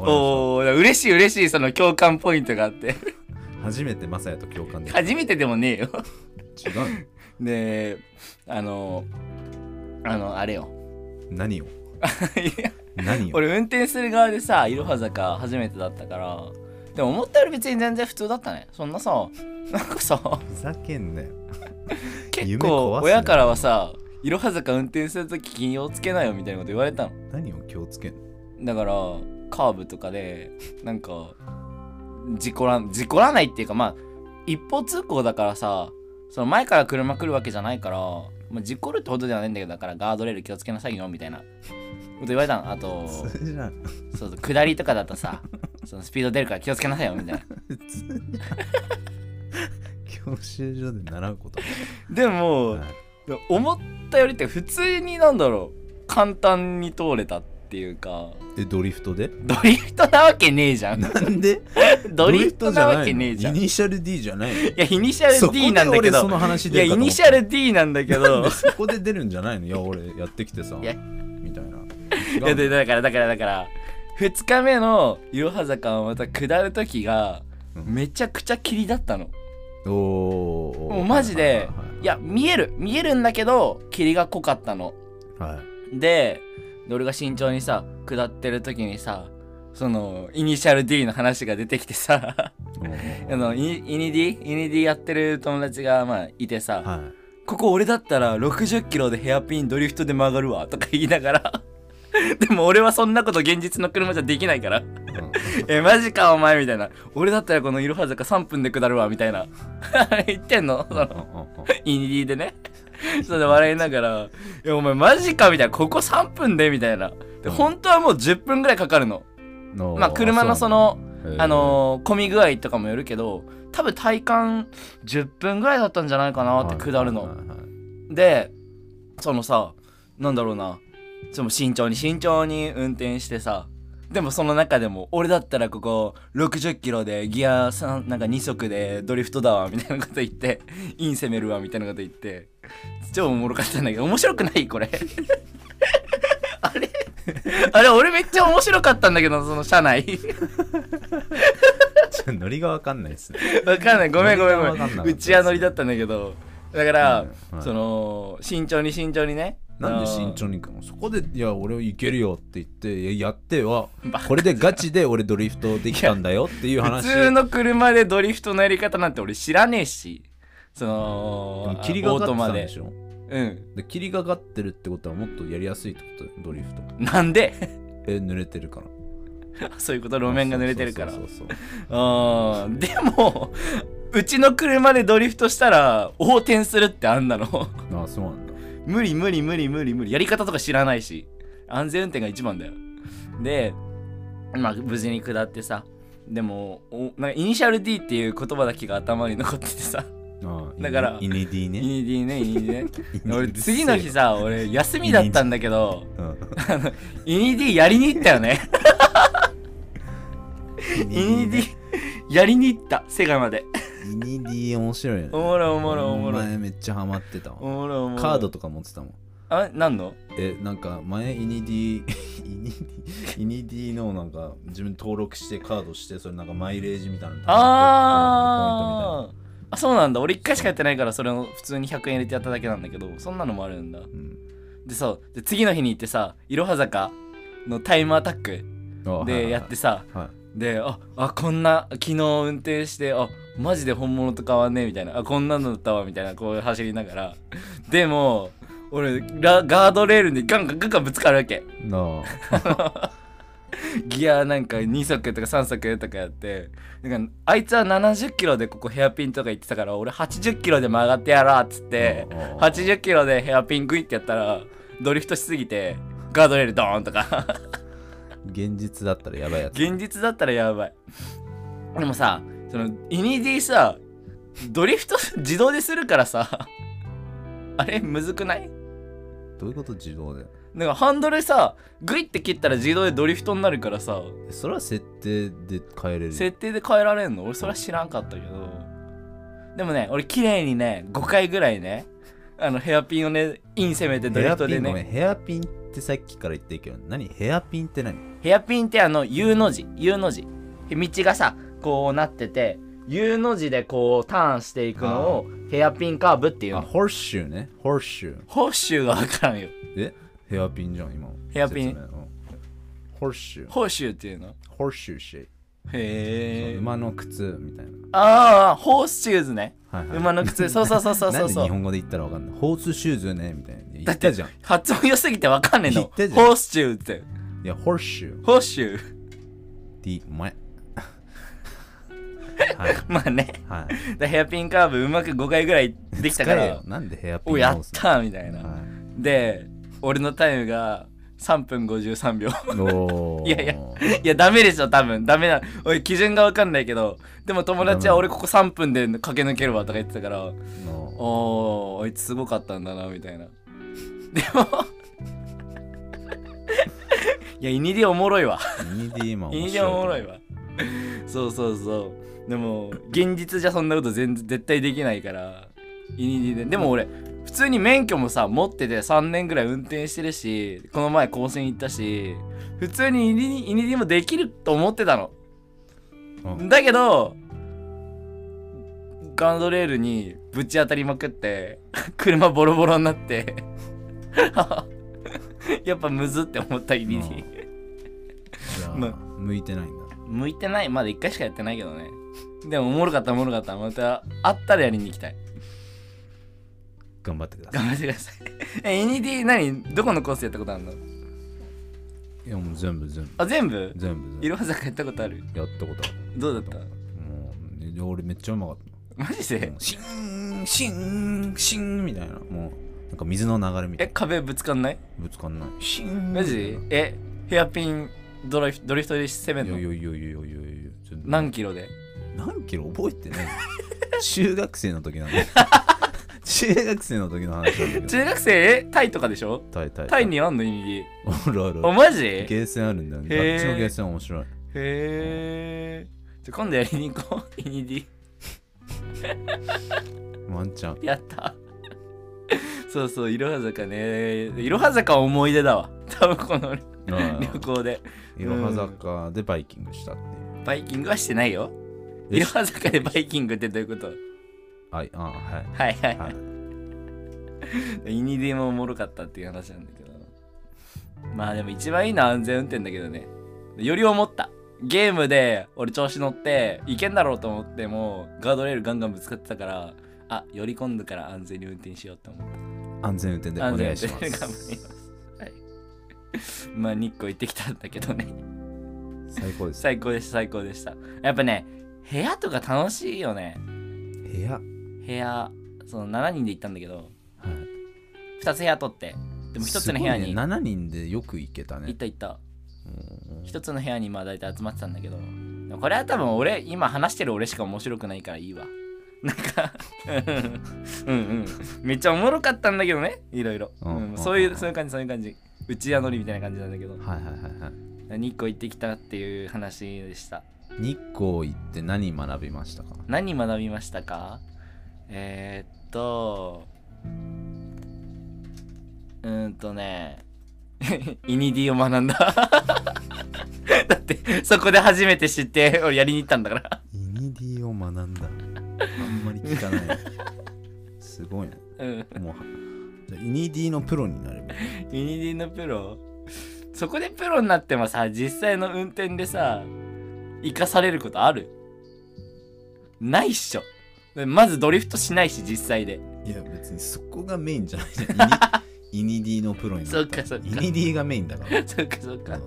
お
お
お
お、嬉しい嬉しい、その共感ポイントがあって、
初めてマサヤと共感できた。違
初めてでもねえよ。
う
で、あの、あの、あれよ。
何を
いや
何を
俺運転する側でさ、いろは坂初めてだったから、でも思ったより別に全然普通だったね。そんなさ、なんかさ、
ふざけんなよ。
結
夢壊
構
すね
親からはさ、いろは坂運転するとき気をつけないよみたいなこと言われたの。
何を気をつけん
だ
の
からカーブとかでなんか事故らん事故らないっていうかまあ一方通行だからさその前から車来るわけじゃないから、まあ、事故るってほどではないんだけどだからガードレール気をつけなさいよみたいなこと言われたのあと
それじゃん。
そうそう下りとかだとさそのスピード出るから気をつけなさいよみたいな
普通じゃん。教習所で習うこと。
でも
はい
思ったよりって普通になんだろう簡単に通れたっていうか
え、ドリフトで
ドリフトなわけねえじゃん
なんで
ドリフトなわけねえじゃん
イ
い
ニシャル D じゃないの
やイニシャ
そ
ル
こで
D なんだけ
俺
ど
その話
いや、イ
出るかと思
ニ
っ
シ
た
ャル D なんだけ
なん
ど
で、そこで出るんじゃないのいや、俺やってきてさ。
いや
みたいな。
いやでだから、だから、だから、2日目のいろは坂をまた下るときが、
うん
めちゃくちゃ霧だったの。
おお。
もうマジで
はい
や、見える、見えるんだけど、霧が濃かったの。
いはいはい。はい
で、で俺が慎重にさ、下ってるときにさ、その、イニシャル D の話が出てきてさ、
おー
あの、イニイニ D? イニ D やってる友達が、まあ、いてさ、
はい。
ここ俺だったら60キロでヘアピンドリフトで曲がるわとか言いながら でも俺はそんなこと現実の車じゃできないから
うん
えマジかお前みたいな俺だったらこのいろは坂3分で下るわみたいな 言ってんのそのインディーでねそれで笑いながら「いやお前マジか」みたいな「ここ3分で」みたいなで本当はもう10分ぐらいかかるのまあ車のそ、の
うんうん
あ、のー混み具合とかもよるけど多分体感10分ぐらいだったんじゃないかなって下るの
はいはいはいはい
でそのさなんだろうなその慎重に慎重に運転してさでもその中でも俺だったらここ60キロでギア3なんか2速でドリフトだわみたいなこと言ってイン攻めるわみたいなこと言って超おもろかったんだけど面白くないこれ あれあれ俺めっちゃ面白かったんだけどその車内
ちょノリがわかんないですね。
わかんないごめんごめんご
わかんなか
めんう
った
ちは乗りだったんだけどだから、
うんはい
その慎重に慎重にね
なんで慎
あの
重に行くのそこで、いや、俺いけるよって言って、いややって は
バ、カ
これでガチで俺ドリフトできたんだよっていう
普
話。
通の車でドリフトのやり方なんて俺知らねえしその
切りがか
ボ
って
ー
た
ト
ん
ま
で
で
しょ
うん
で霧がかってるってことはもっとやりやすいってことだよドリフト
なんで
え濡れてるから
そういうこと路面が濡れてるから
そうそうそうそう
あーでもうちの車でドリフトしたら横転するってあんなの
あそうなんだ
無理無理無理無理無理やり方とか知らないし安全運転が一番だよでまあ無事に下ってさでもおなんかイニシャル D っていう言葉だけが頭に残っててさ
あ
だから
イニディ
イ
ね
ニ D ねイニ D ね
イニ
俺次の日さ俺休みだったんだけど
うん
イニ D やりに行ったよね
イ
イニ
ニ
D
ディ
やりに行ったセガまで
イニディ面白いよね
おもろいおもろいおもろい
前めっちゃハマってた
お
わ
もろいおもろい
カードとか持ってたもん
あ何の
えなんか前イニディ イニディイニディのなんか自分登録してカードしてそれなんかマイレージみたいなの貯めてポイントみたいな
あーあそうなんだ俺1回しかやってないからそれを普通に100円入れてやっただけなんだけどそんなのもあるんだでそうで次の日に行ってさいろは坂のタイムアタック
うんあはいはいは
で
い
やってさ
はい
でああこんな昨日運転してあマジで本物と変わんねえみたいなあこんなのだったわみたいなこう走りながらでも俺ラガードレールにガンガンガンガンぶつかるわけ
な
ギアなんか2足とか3足とかやってなんかあいつは70キロでここヘアピンとか言ってたから俺80キロで曲がってやろうっつって
ああ
80キロでヘアピングイってやったらドリフトしすぎてガードレールドーンとか
あ現実だったらやばいやつ
現実だったらやばいでもさそのイニディさドリフト 自動でするからさ あれむずくない
どういうこと自動で
なんかハンドルさグイって切ったら自動でドリフトになるからさ
えそれは設定で変えれる
設定で変えられんの俺それは知らんかったけどでもね俺綺麗にね5回ぐらいねあのヘアピンをねイン攻めてド
ヘ
リ
ア
フト
ピ
で
ンご
ね
めんヘアピンってさっきから言ってるけど何ヘアピンって何
ヘアピンってあの U の字 U の字道がさこうなってて U の字でこうターンしていくのをヘアピンカーブっていう
あ
の
ホースシューねホースシュー
ホッシュが分からんよ
えヘアピンじゃん今の
ヘアピン
説明うんホースシュー
ホッシュっていうの
ホースシューシェイ
へえ
馬の靴みたいな
ああホースシューズね
はいはい
馬の靴そうそうそうそうそう
なんで
そ
日
う
本語で言ったらわかんないホースシューズねみたいな言
だ
っ
って
たじゃんい
発音良すぎて分かんねえの
言
ホ
ったじゃん
ースシューって
やホースシューっ
ホッシュー
てお 前はい
まあね
はい
でヘアピンカーブうまく5回ぐらいできたか
使えよ
ら
なんでヘア
「
ピン
おや
直
っ
すの
た!」みたいな、
は
で俺のタイムが3分53秒
いおー
いやいやいやダメでしょ多分ダメなおい基準が分かんないけどでも友達は俺ここ3分で駆け抜けるわとか言ってたから
の
おーあいつすごかったんだなみたいなでも いやイニディおもろいわ
インディーマン
イ
面
ニ
白
ディおもろいわそうそうそうでも現実じゃそんなこと全然絶対できないからイニディででも俺普通に免許もさ持ってて3年ぐらい運転してるしこの前更新行ったし普通にイニディイニディもできると思ってたの、
う
だけどガードレールにぶち当たりまくって車ボロボロになって やっぱむずって思ったイニディ、
うんじゃあ
まあ
向いてないんだ
向いてないまだ1回しかやってないけどね でもおもろかったおもろかったまた会ったらやりに行きたい
頑張ってくださ
頑張ってください え NED 何どこのコースやったことあるの
いいやもう全部全部
あ全部
全部
い
全
ろは坂やったことある
部やったことある
どうだった
もういや俺めっちゃうまかった
マジで
もうシーンシーンシーンみたいなもうなんか水の流れみた
え
いな
壁ぶつかんない
ぶつかんないシーン
マジえヘアピンドライフドリフトで攻め
いやい
んの
やいやいやいやいやいや全然
何キロで
何キロ覚えてない中学生の時なん だよ中学生の時の話なんだけど
中学生えタイとかでしょ
タイタイ
タイにあんの NED
あるある
おマジへ
ゲーセンあるんだよね
へー
あっちのゲーセン面白い
えじゃあ今度やりに行こう NED
ワンチャン
やった。 そうそう、いろは坂ね。いろは坂は思い出だわ。多分この
うん
旅行で。
いろは坂でバイキングしたっていう
バイキングはしてないよ。
え
いろは坂でバイキングってどういうこと
はいあは
はいはい
いは
はいい。イニディもおもろかったっていう話なんだけど。まあでも一番いいのは安全運転だけどね。より思った。ゲームで俺調子乗っていけんだろうと思ってもガードレールガンガンぶつかってたからあより今度から安全に運転しようと思った
安全運転でお願いしま す
安全運転で頑張りますまあ日光行ってきたんだけどね
最高です
最高でした最高でしたやっぱね部屋とか楽しいよね
部屋はい
部屋その7人で行ったんだけど2つ部屋取ってでも1つの部屋
すごい
に
ね
行っ
7人でよく行けたね
た行った
うん
1つの部屋にまあ大体集まってたんだけどでもこれは多分俺今話してる俺しか面白くないからいいわ なんかうんうんめっちゃおもろかったんだけどねいろいろ、
うん
うんそういううんそういう感じそういう感じうちわ乗りみたいな感じなんだけど
はいはいはいはい
日光行ってきたっていう話でした
日光行って何学びましたか
何学びましたかえー、っとうーんとね イニディを学んだ だってそこで初めて知って俺やりに行ったんだから
イニディを学んだあんまり聞かないすごいね
うん
もうはじゃあイニディのプロになれば
ミニディのプロそこでプロになってもさ実際の運転でさ生かされることあるないっしょまずドリフトしないし実際で
いや別にそこがメインじゃないじ ゃんイニイニディのプロになったら
そっかそっか
イニディがメインだから
そっかそっか
うん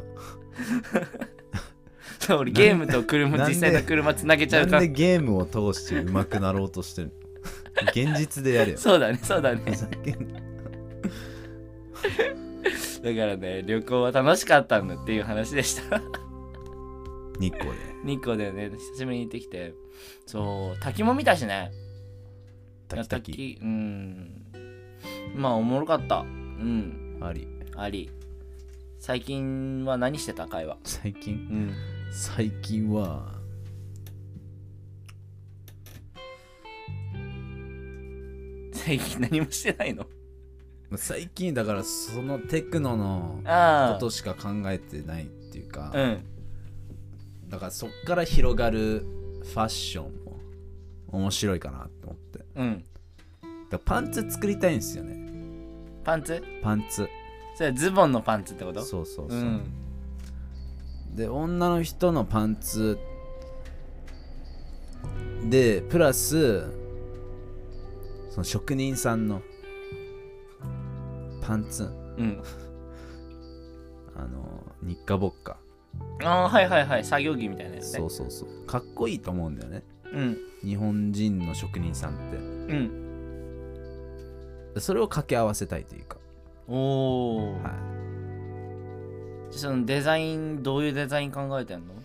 そう俺ゲームと車
なんで
実際の車つなげちゃう
な
か
んでゲームを通して上手くなろうと してるの現実でやれよ
そうだねそうだ
ふ
ね
ざけんな
だからね旅行は楽しかったんだっていう話でした
日光で
日光でね久しぶりに行ってきてそう滝も見たしね
タキタキ
滝うんまあおもろかったうん
あり
あり最近は何してた会話
最近
うん
最近は
最近 何もしてないの
最近だからそのテクノのこ
あ
としか考えてないっていうか、
あうん
だからそっから広がるファッションも面白いかなって思ってだか
うん
らパンツ作りたいんですよね
パンツ
パンツ
それはズボンのパンツってこと
そうそうそう、
ん
で女の人のパンツでプラスその職人さんのパンツ
うん
あの日課ぼっか
ああはいはいはい作業着みたいなやつね
そうそうそうかっこいいと思うんだよね
うん
日本人の職人さんって
うん
でそれを掛け合わせたいというか、
おお、
は
そのデザインどういうデザイン考えてんの
い、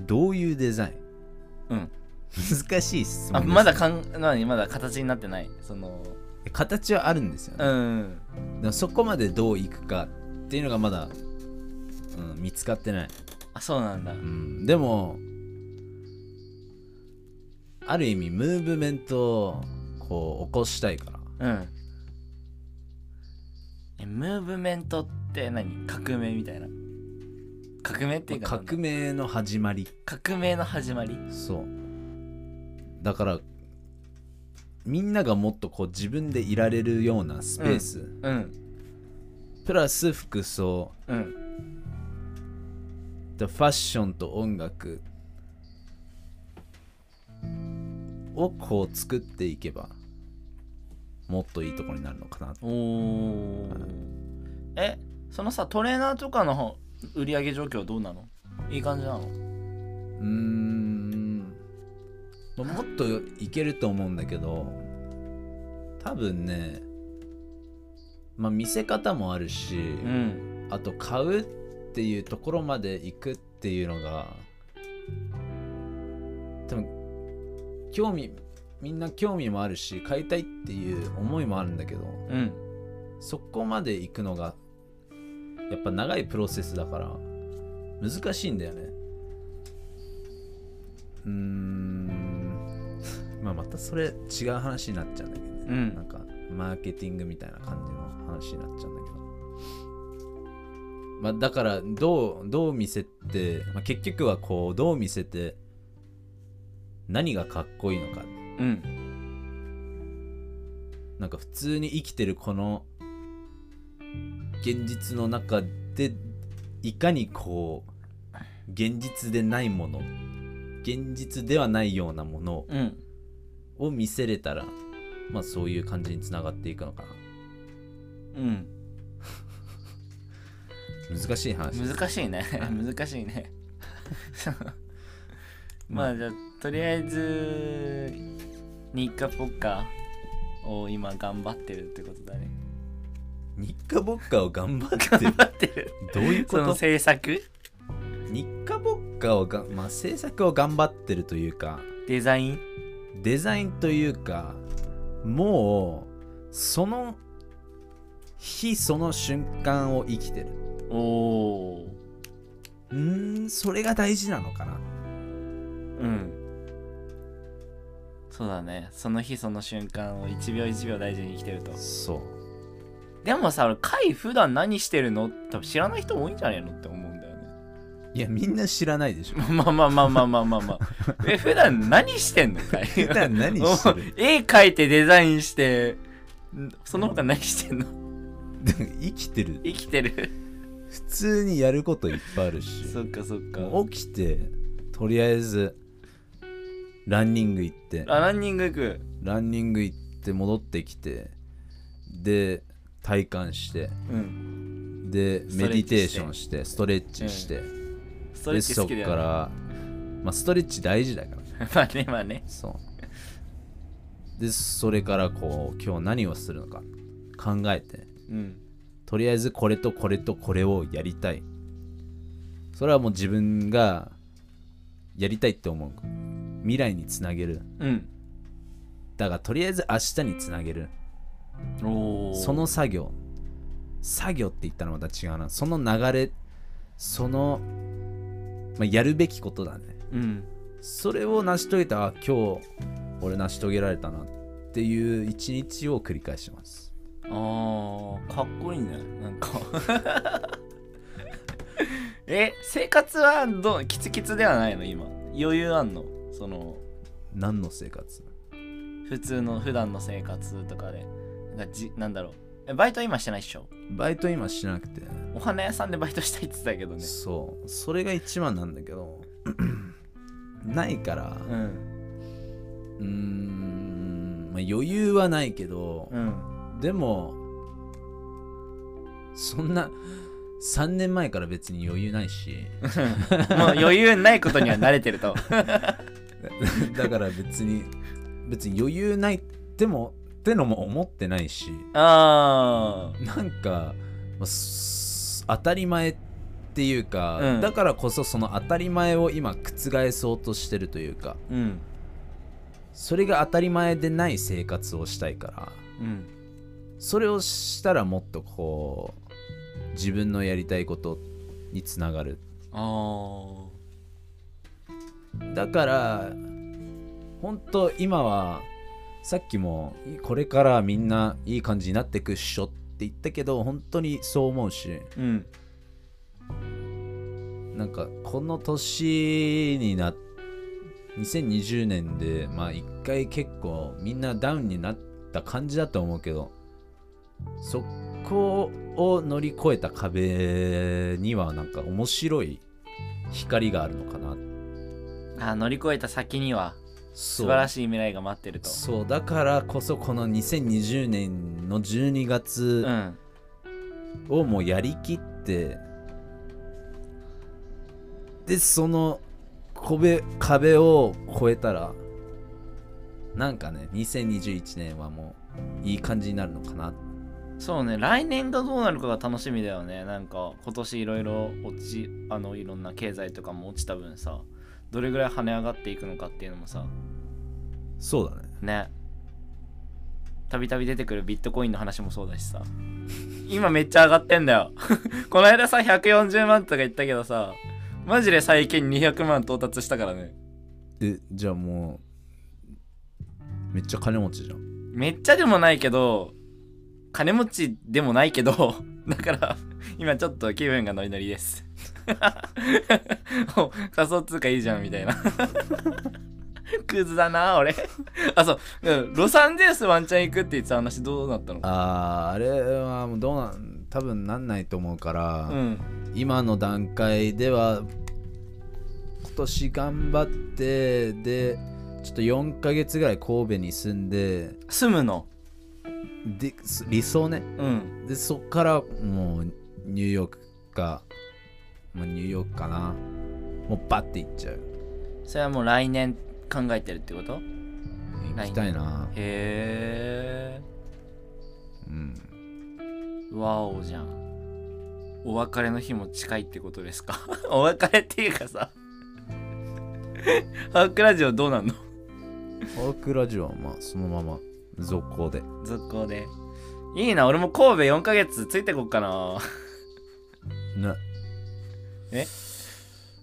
どういうデザイ
う
ン
ん
難しい質問
あ
です
まだかん何まだ形になってないその
形はあるんですよ
う
ね、
ん
でもそこまでどういくかっていうのがまだ、うん、見つかってない、
あそうなんだ
うん、でもある意味ムーブメントをこう起こしたいから
うんえムーブメントって何革命みたいな革命っていうか
まあ
なんだ
革命の始まり
革命の始まり
そうだからみんながもっとこう自分でいられるようなスペース、
うん
プラス服装
うん
でファッションと音楽をこう作っていけばもっといいところになるのかな
おお
はい
えそのさトレーナーとかの売り上げ状況はどうなのいい感じなの
うーんまあもっといけると思うんだけど多分ねまあ見せ方もあるし、
うん
あと買うっていうところまで行くっていうのが多分興味みんな興味もあるし買いたいっていう思いもあるんだけど
うん
そこまで行くのがやっぱ長いプロセスだから難しいんだよねうーん まあまたそれ違う話になっちゃうんだけどね、
うん
なんかマーケティングみたいな感じの話になっちゃうんだけどまあだからどうどう見せて、まあ、結局はこうどう見せて何がかっこいいのか
うん
なんか普通に生きてるこの現実の中でいかにこう現実でないもの現実ではないようなもの
うん
を見せれたらまあそういう感じにつながっていくのかな
うん
難しい話です
難しいね難しいねまあじゃあとりあえず日課ポッカを今頑張ってるってことだね
日課ボッカを頑張って
頑張ってる
どういうこ
その
と
制作
日課ボッカをが、まあ、制作を頑張ってるというか
デザイン
デザインというかもうその日その瞬間を生きてる
おお
うーんそれが大事なのかな
うんそうだねその日その瞬間を1秒1秒大事に生きてると
そう
でもさ俺貝普段何してるの多分知らない人多いんじゃないのって思うんだよね
いやみんな知らない でしょ
まあまあまあまあまあまあまあえ普段何してんの貝
普段何して る
絵描いてデザインしてんその他何してんの
でも生きてる
生きてる
普通にやることいっぱいあるし
そっかそっか
もう起きてとりあえずランニング行って
あランニング行く
ランニング行って戻ってきてで体感して
うん
で
ストレッチして
メディテーションしてストレッチして、
ストレ
で
ッチ
そ
好
っか
きだよ、
ら、まあ、ストレッチ大事だから
ね、 まあねまあね
そうでそれからこう今日何をするのか考えて
うん
とりあえずこれとこれとこれをやりたいそれはもう自分がやりたいって思う未来につなげる
うん
だがとりあえず明日につなげる
おお
その作業作業って言ったらまた違うなその流れその、まあ、やるべきことだね
うん
それを成し遂げたあ今日俺成し遂げられたなっていう一日を繰り返します
あーかっこいいねなんか え生活はどうキツキツではないの今余裕あんのその
何の生活
普通の普段の生活とかでなんかじなんだろうえバイト今してないっしょ
バイト今しなくて、
お花屋さんでバイトしたいって言ってたけどね
そうそれが一番なんだけど ないから
うん
うーん、まあ、余裕はないけど、
うん
でもそんな3年前から別に余裕ない し
もう余裕ないことには慣れてる と
だから別に別に余裕ないってもってのも思ってないし
あー
なんか、まあす当たり前っていうか、
うん
だからこそその当たり前を今覆そうとしてるというか
うん
それが当たり前でない生活をしたいから
うん
それをしたらもっとこう自分のやりたいことにつながる
あー
だから本当今はさっきもこれからみんないい感じになってくっしょって言ったけど本当にそう思うし
うん
なんかこの年にな2020年でまあ一回結構みんなダウンになった感じだと思うけどそこを乗り越えた壁にはなんか面白い光があるのかな
あー乗り越えた先には素
素
晴らしい未来が待ってると
そうだからこそこの2020年の12
う
月
ん
をもうやりきって、でその壁壁を越えたらなんかね2021年はもういい感じになるのかな
そうね来年がどうなるかが楽しみだよねなんか今年いろいろ落ちあのいろんな経済とかも落ちた分さどれぐらい跳ね上がっていくのかっていうのもさ
そうだね
ねたびたび出てくるビットコインの話もそうだしさ今めっちゃ上がってんだよ この間さ140万とか言ったけどさマジで最近200万到達したからね
えじゃあもうめっちゃ金持ちじゃん
めっちゃでもないけど金持ちでもないけど だから今ちょっと気分がノリノリです お仮想通貨いいじゃんみたいな クズだな俺あそううんロサンゼルスワンチャン行くって言ってた話どうなったの
あーあれはもうどうなん多分なんないと思うから、
うん
今の段階では今年頑張ってでちょっと4ヶ月ぐらい神戸に住んで
住むの
です理想ね
うん
でそっからもうニューヨークか、まあ、ニューヨークかなもうバッて行っちゃう
それはもう来年考えてるってこと
行きたいな
へえ
うん
わおじゃんお別れの日も近いってことですか お別れっていうか さハークラジオどうなんの
オークラジオはまあそのまま続行で
続行でいいな俺も神戸4ヶ月ついてこっかな
ね
え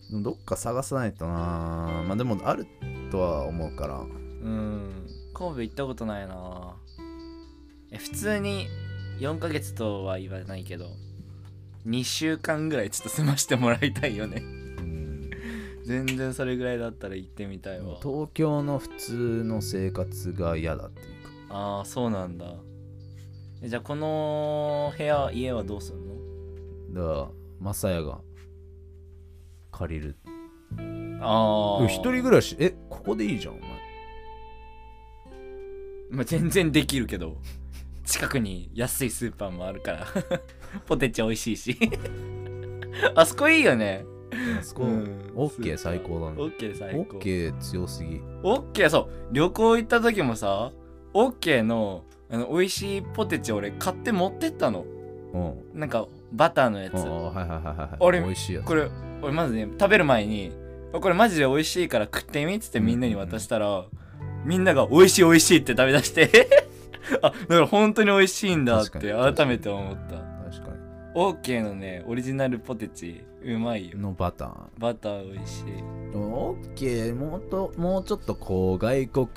でもどっか探さないとなまあでもあるとは思うから
うん神戸行ったことないなえ普通に4ヶ月とは言わないけど2週間ぐらいちょっと済ましてもらいたいよね
うん
全然それぐらいだったら行ってみたいわ
東京の普通の生活が嫌だっていうか
ああそうなんだえじゃあこの部屋家はどうすんの
だからマサヤが借りる
ああ
一人暮らしえここでいいじゃんお前
まあ、全然できるけど近くに安いスーパーもあるから ポテチ美味しいし あそこいいよね
あそこ、
うん
オッケー最高だ
オ
ね
ッケー最
オ
高
ッケー強すぎ
オッケーそう旅行行った時もさオッケーのあの美味しいポテチ俺買って持ってったの
うん
なんかバターのや
あ
つ
あはいはいはいはい
俺
美味しいやつ
これ俺まずね食べる前にこれマジで美味しいから食ってみっつってみんなに渡したら、みんなが美味しい美味しいって食べ出して あだから本当に美味しいんだっ
確
て
かに
改めて思った
確か
オーケーのねオリジナルポテチうまいよ
にのバター
バター美味しい
オッケーもっともうちょっとこう外国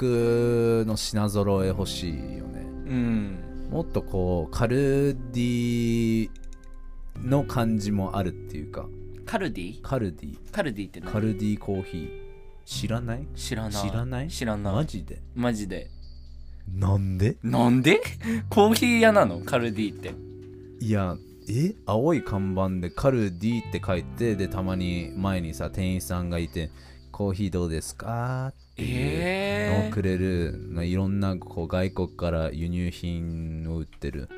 の品揃え欲しいよね
うん
もっとこうカルディの感じもあるっていうか
カルディ
カルディ
カルディって何
カルディコーヒー知らない
知らない
知らない
知らない
マジで
マジで
なんで
なんで コーヒー屋なのカルディって
いやえ青い看板でカルディって書いてでたまに前にさ店員さんがいてコーヒーどうですかっていうの
えー
をくれる、ないろんなこう外国から輸入品を売ってる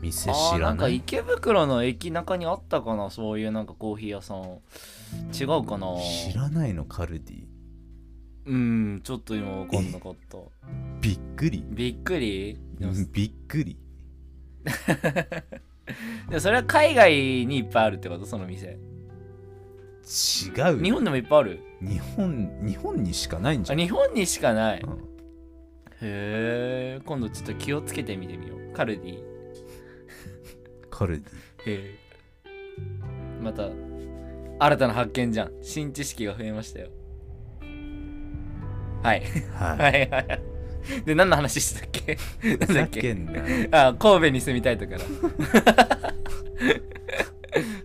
店
あー
知
な
ら
んか
ない
池袋の駅中にあったかなそういうなんかコーヒー屋さん違うかな
知らないのカルディ
うんちょっと今分かんなかった
びっくり
びっくりでも
びっくり
でもそれは海外にいっぱいあるってことその店
違う
日本でもいっぱいある
日本日本にしかないんじ
あ
ゃん
日本にしかない
うん
へえ今度ちょっと気をつけてみてみようカルディへ
カルディ
えまた新たな発見じゃん新知識が増えましたよはい
は
はいいはいはいで何の話したっけなん
ふ
だ
ざ
っけ
けんなよ
あ神戸に住みたいとから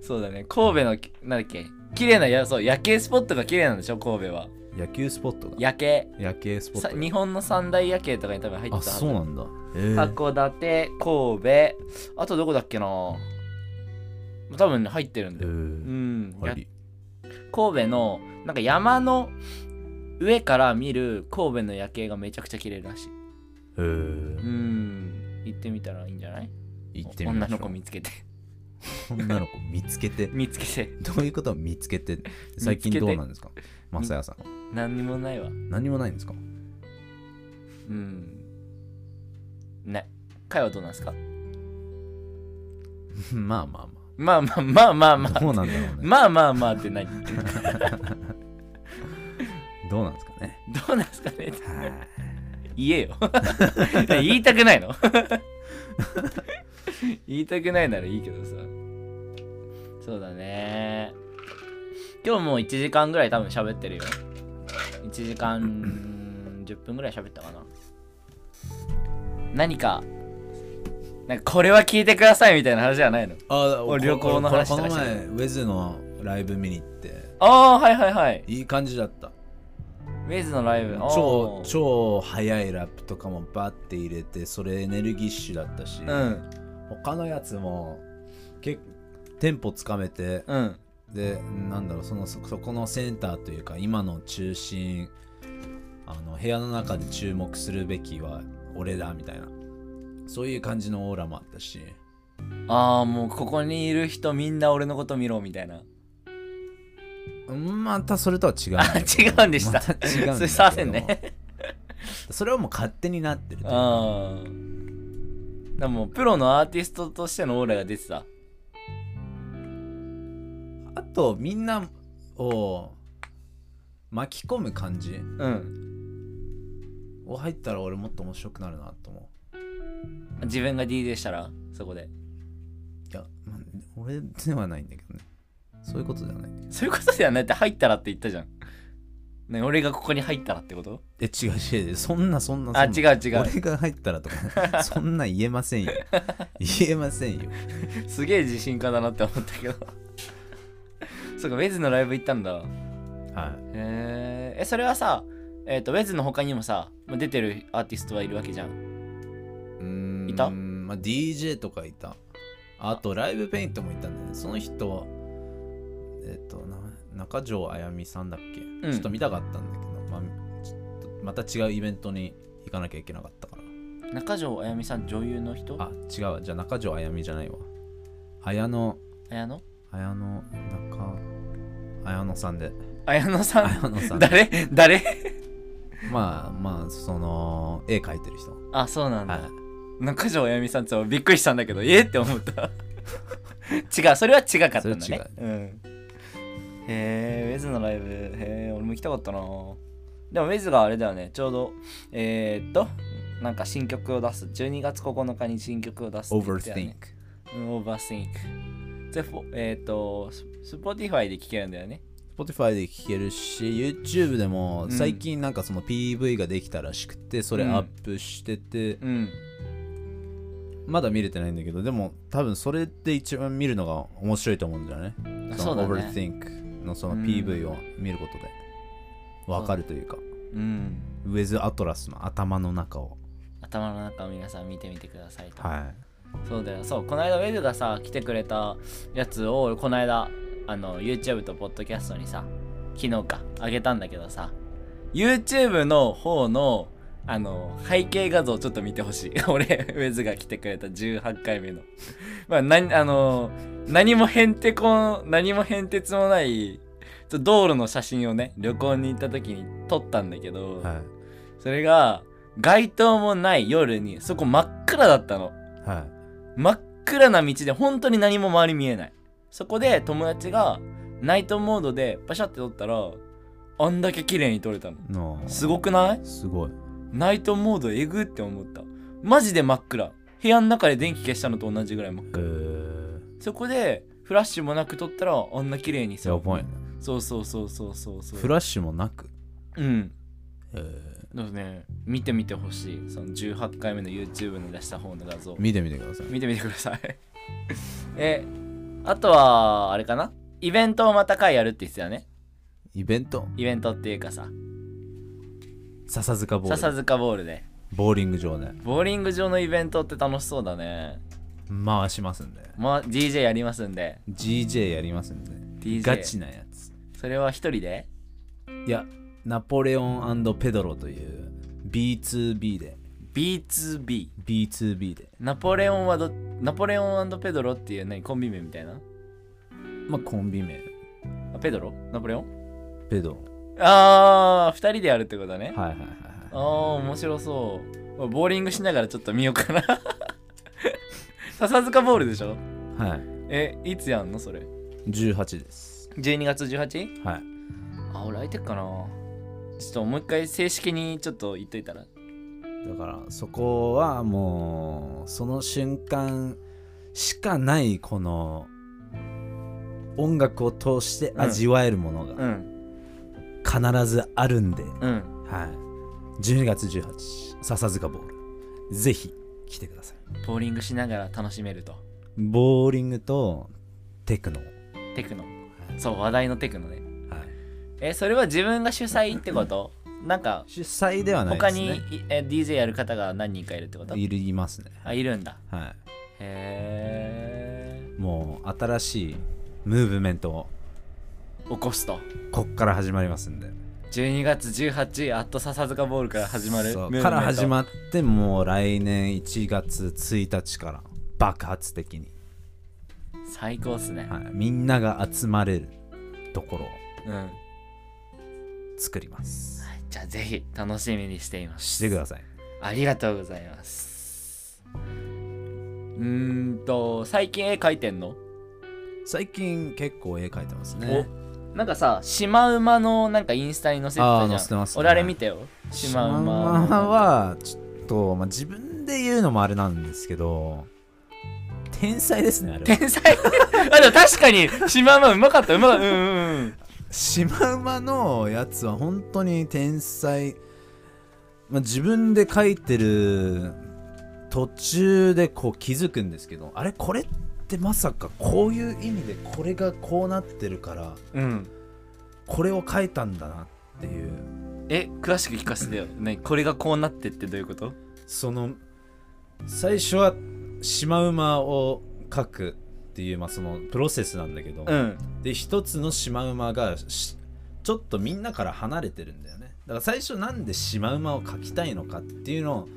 そうだね神戸のなんだっけ綺麗なやそう夜景スポットが綺麗なんでしょ神戸は
野球スポットが
夜景
夜景スポッ
さ
トが
日本の三大夜景とかに多分入ってた
あ
はず
そうなんだえー
函館神戸あとどこだっけな多分入ってるん
え
だよ、う
ー
ん、
あ
や
り
神戸のなんか山の上から見る神戸の夜景がめちゃくちゃ綺麗らしい
えー
うん行ってみたらいいんじゃない
行ってみま
女
しょ
の
う
子見つけて
女の子見つけて
見つけて
どういうことを見つけて最近どうなんですかマサヤさんは
何にもないわ
何もないんですか
うんねかいはどうなんですか
まあまあ
まあまあまあまあ
ま
ま
あ。
あ
どうなんだろうね。
まあまあまあって何
どうなんですかね。
どうなんですかね
は
言えよ 言いたくないの 言いたくないならいいけどさそうだね今日もう1時間ぐらい多分喋ってるよ1時間10分ぐらい喋ったかな何かなんかこれは聞いてくださいみたいな話じゃないの
あ
俺旅行の話と
こ
か
の
してない
前、ウェズのライブ見に行って、
ああはいはいはい
いい感じだった。
ウェイズのライブあー
超、超速いラップとかもバッて入れて、それエネルギッシュだったし、
うん
他のやつも、結テンポつかめて、
うん
で、なんだろう、そのそそこのセンターというか、今の中心、あの部屋の中で注目するべきは俺だみたいな、そういう感じのオーラもあったし、
あああもうここにいる人みんな俺のこと見ろみたいな
またそれとは 違うんだ
あ
け
違
ど
うんでした、
また違うんだけど
それサーフェンね
それはもう勝手になってるというか
あーでもプロのアーティストとしてのオーラが出てた
あとみんなを巻き込む感じ
うん
を入ったら俺もっと面白くなるなと思
自分が DJ したらそこで
ういや、まあ俺ではないんだけどねそういうことではないんだけど
そういうことではないって入ったらって言ったじゃんね俺がここに入ったらってこと
え違う違う違うそんなそんな
あ
そん
違
な
う違う
俺が入ったらと かそんな言えませんよ言えませんよ
すげえ自信家だなって思ったけど そうかウェズのライブ行ったんだ
はい
へーえそれはさえっ、とウェズの他にもさまあ出てるアーティストはいるわけじゃん
うーん
いた
まあ、DJ とかいたあとライブペイントもいたんだよねその人はえっ、とな中条あやみさんだっけ、
ん
ちょっと見たかったんだけど、まあ、ちょっとまた違うイベントに行かなきゃいけなかったから
中条あやみさん女優の人
あ違うわじゃあ中条あやみじゃないわ綾野
綾野
綾野中綾野さんで
綾野さん
綾野さんで
誰誰
まあまあその絵描いてる人
あそうなんだ、
はい
中条あやみさんってびっくりしたんだけどえって思った 違うそれは違かったんだ
それ
ね
は違
うんへえウェズのライブへえ俺も行きたかったなでもウェズがあれだよねちょうどえー、っとなんか新曲を出す12月9日に新曲を出すって言ってたよ
Overthink
ね、うん Overthink でフォえー、っとス Spotify で聴けるんだよね
Spotify で聴けるし YouTube でも
うん
最近なんかその PV ができたらしくてそれ
うん
アップしてて、
うん
まだ見れてないんだけどでも多分それで一番見るのが面白いと思うんだよね
あ
その
そうだね
Overthink のその
うん
PV を見ることでわかるというか
うん
ウェズ・アトラスの頭の中を
頭の中を皆さん見てみてくださいと
は
そうだよそうこの間ウェルがさ来てくれたやつをこの間あの YouTube とポッドキャストにさ昨日かあげたんだけどさ YouTube の方のあの背景画像ちょっと見てほしい 俺ウェズが来てくれた18回目のまあ何あの何もへんてこ何も変哲もないちょ道路の写真をね旅行に行った時に撮ったんだけど、
いは
それが街灯もない夜にそこ真っ暗だったの
いは
真っ暗な道で本当に何も周り見えないそこで友達がナイトモードでパシャって撮ったらあんだけ綺麗に撮れたの
いの
すごくない
すごい
ナイトモードえぐって思ったマジで真っ暗部屋の中で電気消したのと同じぐらい真っ
え
暗
ー、
そこでフラッシュもなく撮ったらあんな綺麗に
やばいね
そうそうそうそうそうそう
フラッシュもなく
うん
えー
だからね見てみてほしいその18回目の YouTube に出した方の画像
見てみてください
見てみてください えあとはあれかなイベントをまた回やるって言ってたよね
イベント
イベントっていうかさ
笹塚ボール
笹塚ボールで
ボーリング場で
ボーリング場のイベントって楽しそうだね
回しますんで
まあ DJ やりますんで
GJ やりますんで
DJ
ガチなやつ
それは一人で
いやナポレオンペドロという B2B で
B2B
B2B で
ナポレオンはどナポレオンペドロっていう何コンビ名みたいな
まあコンビ名
あペドロナポレオン
ペドロ
ああ2人でやるってことね
はいはいはい
あ
は
あ面白そうボーリングしながらちょっと見ようかな 笹塚ボールでしょ
いはい
えいつやんのそれ
18です
12月 18?
はい
あ俺空いてっかなちょっともう一回正式にちょっと言っといたら
だからそこはもうその瞬間しかないこの音楽を通して味わえるもの
う
が
ん
必ずあるんで、
うん
はい。12月18日、笹塚ボール。ぜひ来てください。
ボーリングしながら楽しめると
ボーリングとテクノ。
テクノそう話題のテクノね
はい、
えそれは自分が主催ってことなんか
主催ではないで
他
す
に、
ね。
いえ DJ やる方が何人かいるってこと
いるいますね。
あいるんだ
は
へえ
い。もう新しいムーブメントを
起こすと
こっから始まりますんで。
12月18アット笹塚ボールから始まる
そうから始
る
まってもう来年1月1日から爆発的に
最高っすね、
はい、みんなが集まれるところを
うんはい、
作ります
じゃあぜひ楽しみにしています
してください
ありがとうございますうーんと最近絵描いてんの、
最近結構絵描いてますね
おなんかさシマウマのなんかインスタに載せてた
あー
じゃ
載
ん
せてますね
俺あれ見てよシ
シ
マ
マ
ウ
ウ
マの
マはちょっと、まあ、自分で言うのもあれなんですけど天才ですねあれは
天才 あでも確かにシマウマうまかったうまかったうんうんうん
シマウマのやつは本当に天才、まあ、自分で描いてる途中でこう気づくんですけどあれこれってまさかこういう意味でこれがこうなってるから
うん
これを描いたんだなっていう
え詳しく聞かせてよ、ね、これがこうなってってどういうこと
その最初はシマウマを描くっていう、まあ、そのプロセスなんだけど、
うん
で一つのシマウマがしちょっとみんなから離れてるんだよねだから最初なんでシマウマを描きたいのかっていうの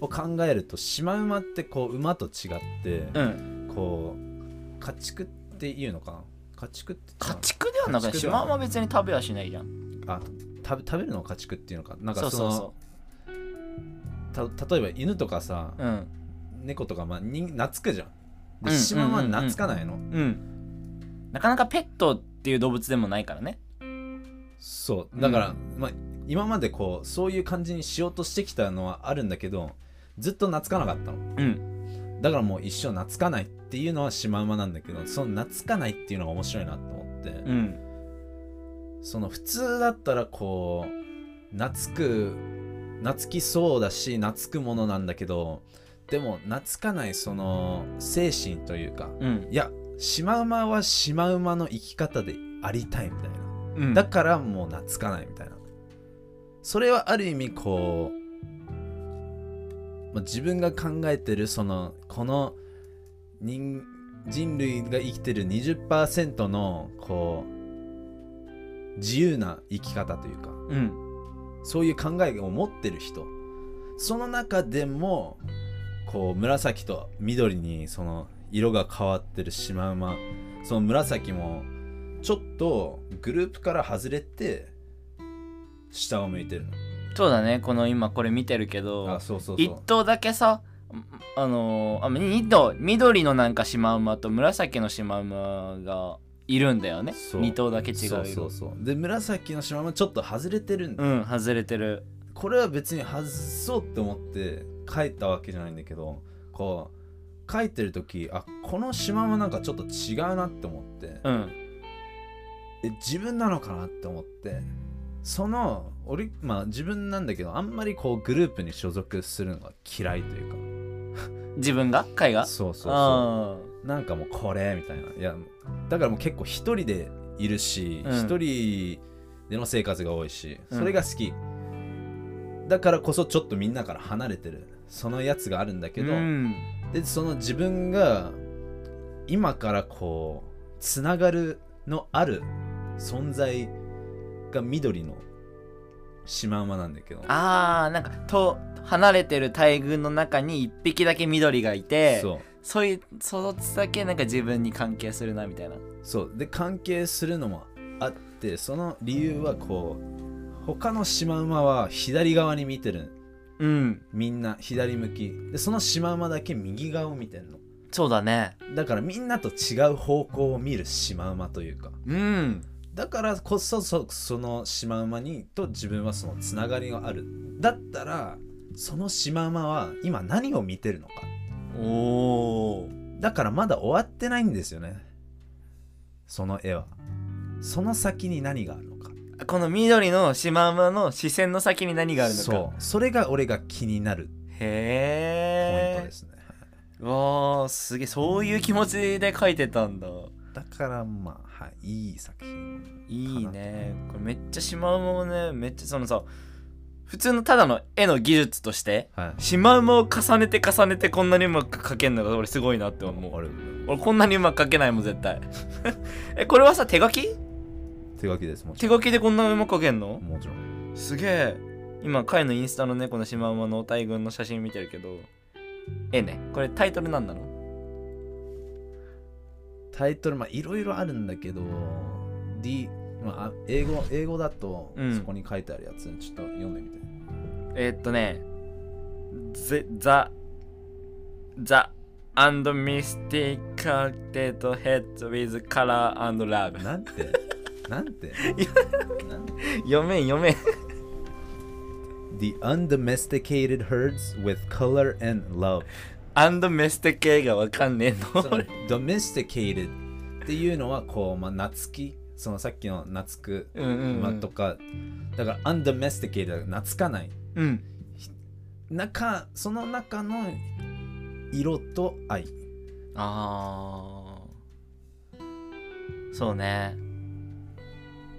を考えるとシマウマってこう馬と違って、
うん
こう家畜っていうのかな家畜って言
家
って
畜ではなくて
家畜
シ
では
マウマは別に食べはしないじゃん
たのあ食べ食べるのを家畜っていうのかなん
そ
か
う
そ
そ
の
うそ
た例えば犬とかさ、
ううん
猫とか、まあ、に懐くじゃんで
うん
シマウマは懐かないの、
うんなかなかペットっていう動物でもないからね
そうだから、まあ、今までこうそういう感じにしようとしてきたのはあるんだけどずっと懐かなかったの
うん
だからもう一生懐かないっていうのはシマウマなんだけどその懐かないっていうのが面白いなと思って、
うん
その普通だったらこう懐く懐きそうだし懐くものなんだけどでも懐かないその精神というか
うん
いやシマウマはシマウマの生き方でありたいみたいな
うん
だからもう懐かないみたいな。それはある意味こう、まあ自分が考えてるそのこの人人類が生きてる20%のこう自由な生き方というか
うん
そういう考えを持ってる人その中でもこう紫と緑にその色が変わってるシマウマその紫もちょっとグループから外れて下を向いてる
そうだねこの今これ見てるけ
の
ど
あそうそうそ
一
う
頭だけさあのーあ二頭緑のなんかシマウマと紫のシマウマがいるんだよね
そう
二頭だけ違う色
そうそうそうで紫のシマウマちょっと外れてるんだ、
うん外れてる
これは別に外そうって思って書いたわけじゃないんだけどこう書いてる時あこのシマウマなんかちょっと違うなって思って、
うん
え自分なのかなって思ってその俺まあ自分なんだけどあんまりこうグループに所属するのが嫌いという
自分が海
か
が
そうそうそ
あー
うなんかもうこれみたいないやだからもう結構一人でいるし
うん
一、人での生活が多いし
うん
それが好き、だからこそちょっとみんなから離れてるそのやつがあるんだけど、
うん
でその自分が今からこうつながるのある存在が緑のシマウマなんだけど
あーなんかと離れてる大群の中に1匹だけ緑がいてそう
そう
いうそいつだけなんか自分に関係するなみたいな
そうで関係するのもあってその理由はこう他のシマウマは左側に見てる
うん
みんな左向きでそのシマウマだけ右側を見てるの
そうだね
だからみんなと違う方向を見るシマウマというか
うん
だからこそそそのシマウマにと自分はそのつながりがあるだったらそのシマウマは今何を見てるのか
おー
だからまだ終わってないんですよねその絵はその先に何があるのか
この緑のシマウマの視線の先に何があるのか
そうそれが俺が気になるポイント
へえ
ですね、
わーすげえそういう気持ちで描いてたんだ
だからまあ、はい、いい作品
いいねこれめっちゃシマウマもねめっちゃそのさ普通のただの絵の技術として
はい
シマウマを重ねて重ねてこんなにうまく描けんのが俺すごいなって思う
あれ
俺こんなにうまく描けないもん絶対 えこれはさ手書き
手書きですもち
手書きでこんなうまく描けんの
ろんもちろん
すげえ今カイのインスタのねこのシマウマの大群の写真見てるけどえねこれタイトルなんなの
タイトルまあいろいろあるんだけど D、まあ、あ英語英語だと
うん
そこに書いてあるやつ、ちょっと読んでみて
えーっとね、ぜザ、ザ、and mystical dead head with color and love。
なんてなんてなんて
読めん読めん。
The undomesticated herds with color and love
and mystic がわかんねえの。
その domesticated っていうのはこう、まあ、夏木そのさっきの夏く、
うんうんうん
まあ、とかだから undomesticated だから懐かない
うん。
中その中の色と愛
あー。そうね。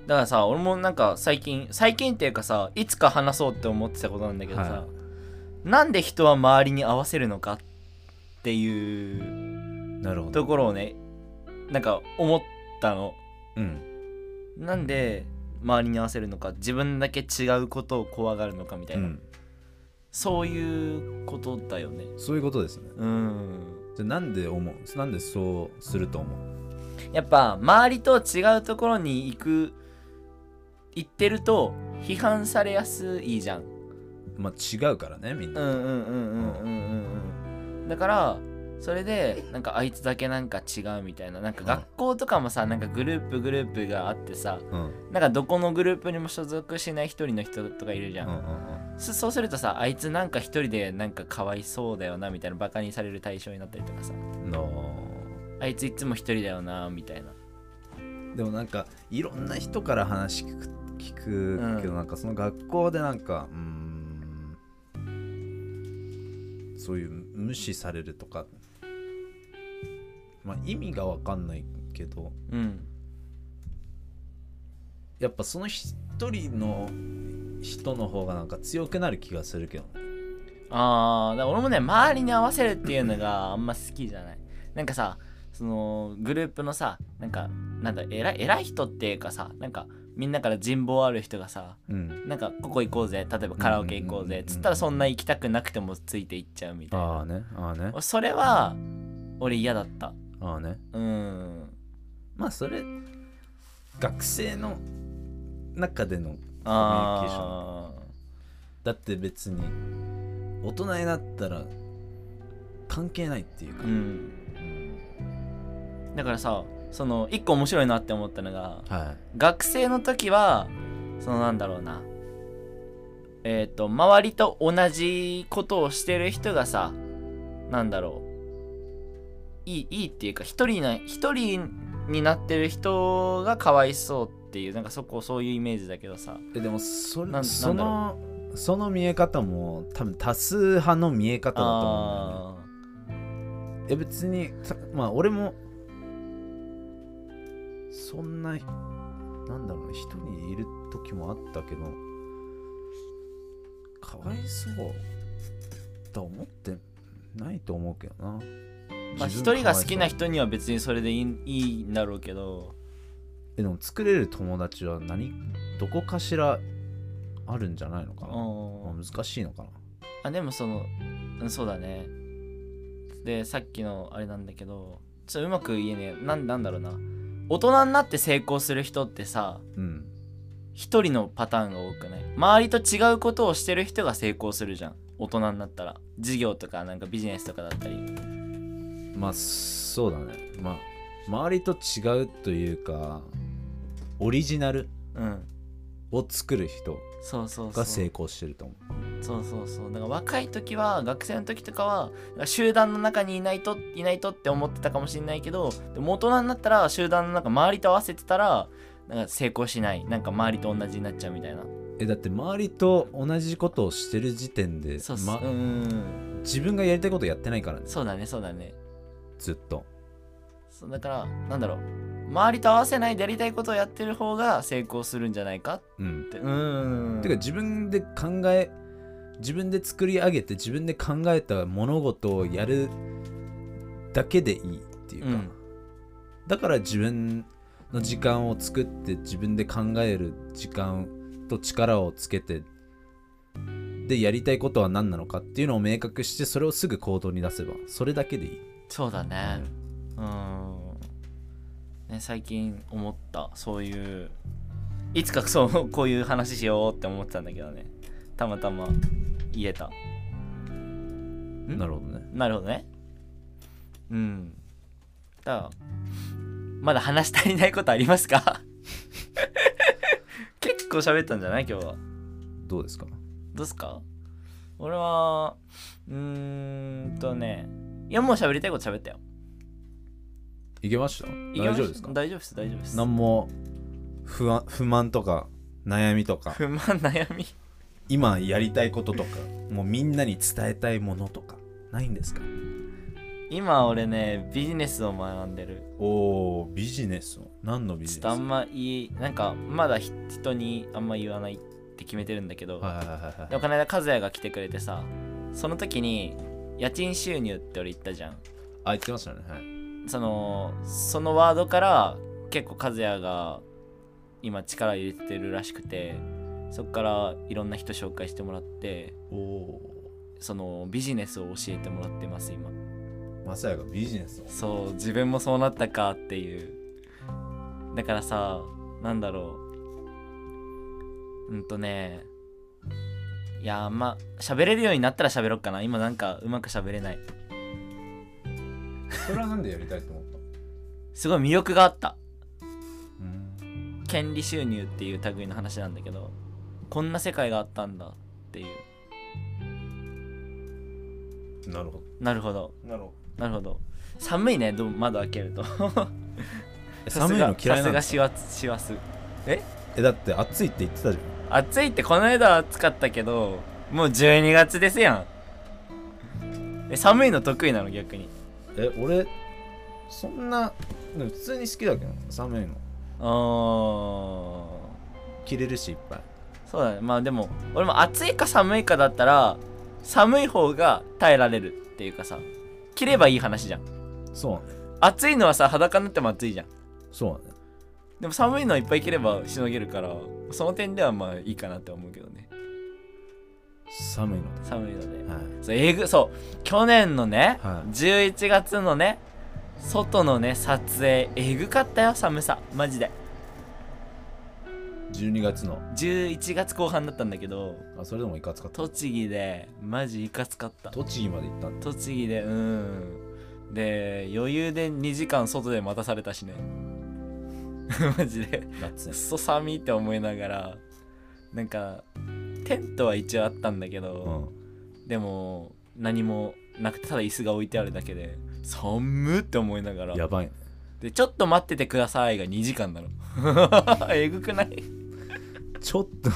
だからさ、俺もなんか最近、最近っていうかさ、いつか話そうって思ってたことなんだけどさ、
は
なんで人は周りに合わせるのかっていう
なるほど
ところをねなんか思ったの
うん
なんで周りに合わせるのか自分だけ違うことを怖がるのかみた
う
いな、
ん
そういうことだよね
そういうことですね
うん
じゃあなんで思うなんでそうすると思う
やっぱ周りと違うところに行く行ってると批判されやすいじゃん
まあ違うからねみん
うん
な、
うんうんうんうんうんうんだからそれでなんかあいつだけなんか違うみたいななんか学校とかもさなんかグループグループがあってさ
うん、うん
なんかどこのグループにも所属しない一人の人とかいるじゃ、
うんん
そそうするとさあいつなんか一人でなんかかわいそうだよなみたいなバカにされる対象になったりとかさ
うんの
あいついつも一人だよなみたいな
でもなんかいろんな人から話聞く聞くけど、
うん
なんかその学校でなんかうーんそういう無視されるとかまあ意味がわかんないけど
うん
やっぱその一人の人の方がなんか強くなる気がするけどね
あーだから俺もね周りに合わせるっていうのがあんま好きじゃないなんかさそのグループのさなんかなんだ偉い偉い人っていうかさなんかみんなから人望ある人がさ
うん
なんかここ行こうぜ例えばカラオケ行こう
うんうんうんう
ぜ
ん
つったらそんな行きたくなくてもついて行っちゃうみたいな
ああねああね
俺それは俺嫌だった
ああね
うん
まあそれ学生の中での
ああ
だって別に大人になったら関係ないっていうか、
うんだからさその一個面白いなって思ったのが
は
学生の時はそのなんだろうなえっ、と周りと同じことをしてる人がさなんだろういいいいっていうか一人な一人になってる人がかわいそうっていうなんかそこそういうイメージだけどさ
い、えでもそれ
なんな
そ
んだ
のその見え方も多分多数派の見え方だと思うんだよ
あ
ねえ別にたまあ俺もそんななんだろうね一人いる時もあったけどかわいそうと思ってないと思うけどな
ーまあ
自
一
分
人が好きな
かわいそう
人には別にそれでいいいいんだろうけど
えでも作れる友達は何どこかしらあるんじゃないのか
う
な、
ん
まあ難しいのかな
あでもそのうんそうだねでさっきのあれなんだけどちょっとうまく言えねえなんなんだろうな大人になって成功する人ってさ
うん
一人のパターンが多くない周りと違うことをしてる人が成功するじゃん大人になったら事業とかなんかビジネスとかだったり
まあそうだねまあ周りと違うというかオリジナル
うん
を作る人
そうそうそ
が
う
成功してると思う
そうそうそうだから若い時は学生の時とかはなんか集団の中にいないといないとって思ってたかもしれないけどでも大人になったら集団の中周りと合わせてたらなんか成功しないなんか周りと同じになっちゃうみたいな
えだって周りと同じことをしてる時点で
そうそう、
ま
うんうん
自分がやりたいことやってないからね
そうだねそうだね
ずっと
そうだからなんだろう周りと合わせないでやりたいことをやってる方が成功するんじゃないかっ
うん
てうん
てか自分で考え自分で作り上げて自分で考えた物事をやるだけでいいっていうか、
うん
だから自分の時間を作って自分で考える時間と力をつけてでやりたいことは何なのかっていうのを明確してそれをすぐ行動に出せばそれだけでいい、
そうだねうんね、最近思ったそういういつかそうこういう話しようって思ってたんだけどねたまたま言えたん
なるほどね
なるほどねうんだからまだ話し足りないことありますか 結構喋ったんじゃない今日は
どうですか
どうっすか俺はうーんとねいやもう喋りたいこと喋ったよ
いけました
いけま
大
した
丈夫ですか
大丈夫です大丈夫です
何も不安不満とか悩みとか
不満悩み
今やりたいこととかもうみんなに伝えたいものとかないんですか
今俺ねビジネスを学んでる
おおビジネスを何のビ
ちょ
ジ
っ
ネス
とあんま言いなんかまだひ人にあんま言わないって決めてるんだけど、
はいはいはいはい
でもこの間和也が来てくれてさその時に家賃収入って俺言ったじゃん
あ言ってましたねはい
そのそのワードから結構和也が今力入れてるらしくてそっからいろんな人紹介してもらって
おお
そのビジネスを教えてもらってます今
まさやがビジネスを
そう自分もそうなったかっていうだからさなんだろううんとねいやまあ喋れるようになったら喋ろっかな今なんかうまく喋れない
それはなんでやりたいと思った
すごい魅力があった
うん
権利収入っていう類の話なんだけどこんな世界があったんだっていう
なるほ
なるほど
どなるほ
なるほど寒いねどう窓開けると
ど寒いの嫌いなの
さすが師走師走
えだって暑いって言ってたじゃ
暑いってこの間は暑かったけどもう12月ですやんえ寒いの得意なの逆に
んえ俺そんなでも普通に好きだけど寒いの
あー
着れるしいっぱい
そうだねまあでも俺も暑いか寒いかだったら寒い方が耐えられるっていうかさ着ればいい話じゃん
そうね
暑いのはさ裸になっても暑いじゃん
そうね
でも寒いのはいっぱい着ればしのげるからその点ではまあいいかなって思うけどね
寒いの
寒いので
はい
そうえぐそう去年のね、
はい
11月のね外のね撮影えぐかったよ寒さマジで
12月の
11月後半だったんだけど
あそれでもいかつかった
栃木でマジいかつかった
栃木まで行ったんだ
栃木でうんで余裕で2時間外で待たされたしね マジで
ガッツ
くっ
ね
そ寒いって思いながらなんかテントは一応あったんだけ
う
ど、
ん
でも何もなくてただ椅子が置いてあるだけで寒って思いながら
やばいね
で「ちょっと待っててください」が2時間なの えぐくない
ちょっと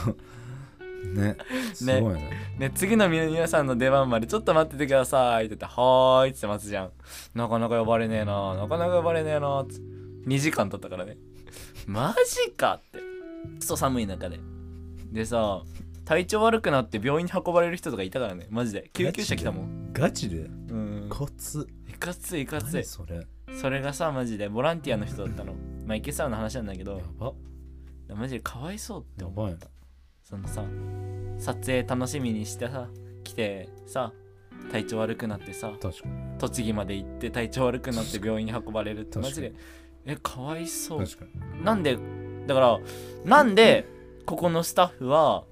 ねすごいね
ね次の皆さんの出番まで「ちょっと待っててください」って言って「はーい」って待つじゃんなかなか呼ばれねえななかなか呼ばれねえなつ2時間経ったからねマジかってクソ寒い中ででさ体調悪くなって病院に運ばれる人とかいたからねマジで救急車来たもん
ガチで
うん
コツ
いかついいかつ
何
い
それや
それがさマジでボランティアの人だったのまあいけそうな話なんだけど
ば
マジでかわいそうって
や
思う
ばいね
そのさ撮影楽しみにしてさ来てさ体調悪くなってさ
確かに
栃木まで行って体調悪くなって病院に運ばれるって
確かに
マジでえかわいそう
確かに
なんでだからなんでここのスタッフは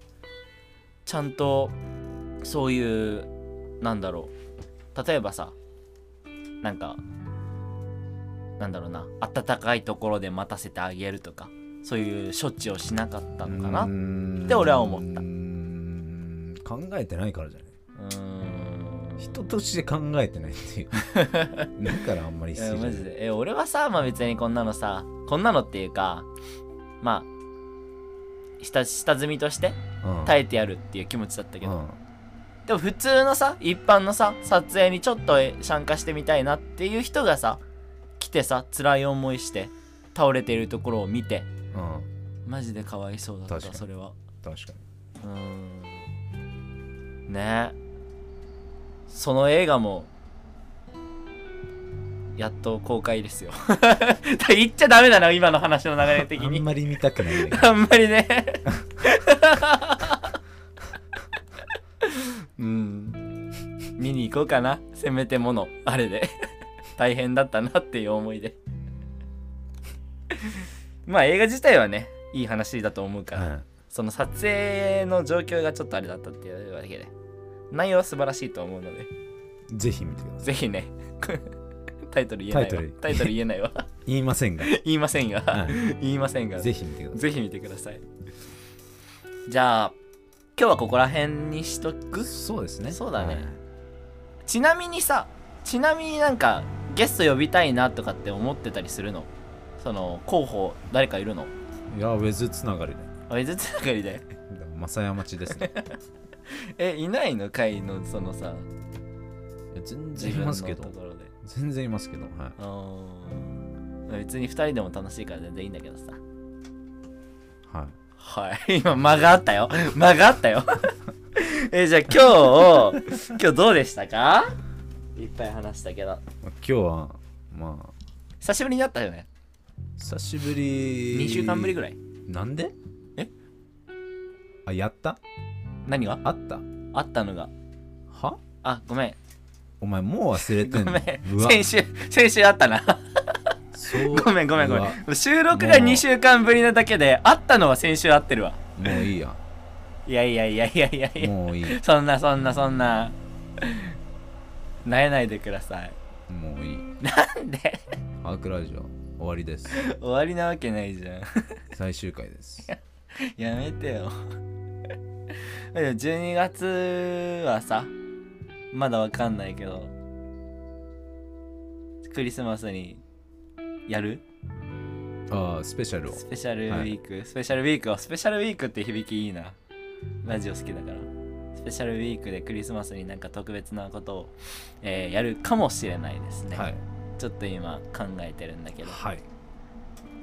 ちゃんとそういうなんだろう例えばさなんかなんだろうな暖かいところで待たせてあげるとかそういう処置をしなかったのかなって俺は思った
うーん考えてないからじゃないう
ーん
人として考えてないっていう だからあんまり
い
好きじ
や
ゃな
マ
い
ジでえ俺はさまあ別にこんなのさこんなのっていうかまあ下下積みとして
うん
耐えてやるっていう気持ちだったけ
う
ど、
ん
でも普通のさ一般のさ撮影にちょっと参加してみたいなっていう人がさ来てさ辛い思いして倒れているところを見て
うん
マジでかわいそうだっ
確か
た
に
それは
確か
うーんねえその映画もやっと公開ですよ 言っちゃダメだな今の話の流れ的
にあん
に
まり見たくないんだけ ど
あんまりねうん見に行こうかなせめてものあれで大変だったなっていう思いでまあ映画自体はねいい話だと思うから、
はい
その撮影の状況がちょっとあれだったっていうだけで内容は素晴らしいと思うので
ぜひ見てください
ぜひ ねタイトル言えないわ
タイトル
タイトル言えないわ
言いませんが、
言いませんが、
は
言いませんが
い、ぜひ見てくださ
ぜひ見てくださいじゃあ今日はここら辺にしとく
いそうですね
そうだね
はい
ちなみにさちなみになんかゲスト呼びたいなとかって思ってたりするのその候補誰かいるの
いやウェズつながりで
あれずつながりで
正山町ですね
えいないの会のそのさ
いや全
自
然い
分の
ますけ
と
ど
ころで
全然いますけどはい
うん別に2人でも楽しいから全然いいんだけどさ
はい
はい 今間があったよ間があったよ えじゃあ今日今日どうでしたかいっぱい話したけど
まあ今日はまあ
久しぶりに会ったよね
久しぶり
2週間ぶりぐらい
なんで
え
あやった
何が
あった
あったのが
は
あごめん
お前もう忘れて
ご
ん
め
の
ん
うわ
先週先週あったな
そう
ごめんごめんごめ
うわ
ん収録が2週間ぶりなだけで会ったのは先週会ってるわ
もういいや
いやいやいやいやいやいや
もういい
そんなそんなそん ななえないでください
もういい
なんで
アークラジオ終わりです
終わりなわけないじゃん
最終回です
やめてよ でも12月はさまだわかんないけどクリスマスにやる
ああスペシャルを
スペシャルウィーク、スペシャルウィークをスペシャルウィークって響きいいなラジオ好きだからスペシャルウィークでクリスマスになんか特別なことを、えーやるかもしれないですね、
はい
ちょっと今考えてるんだけど
はい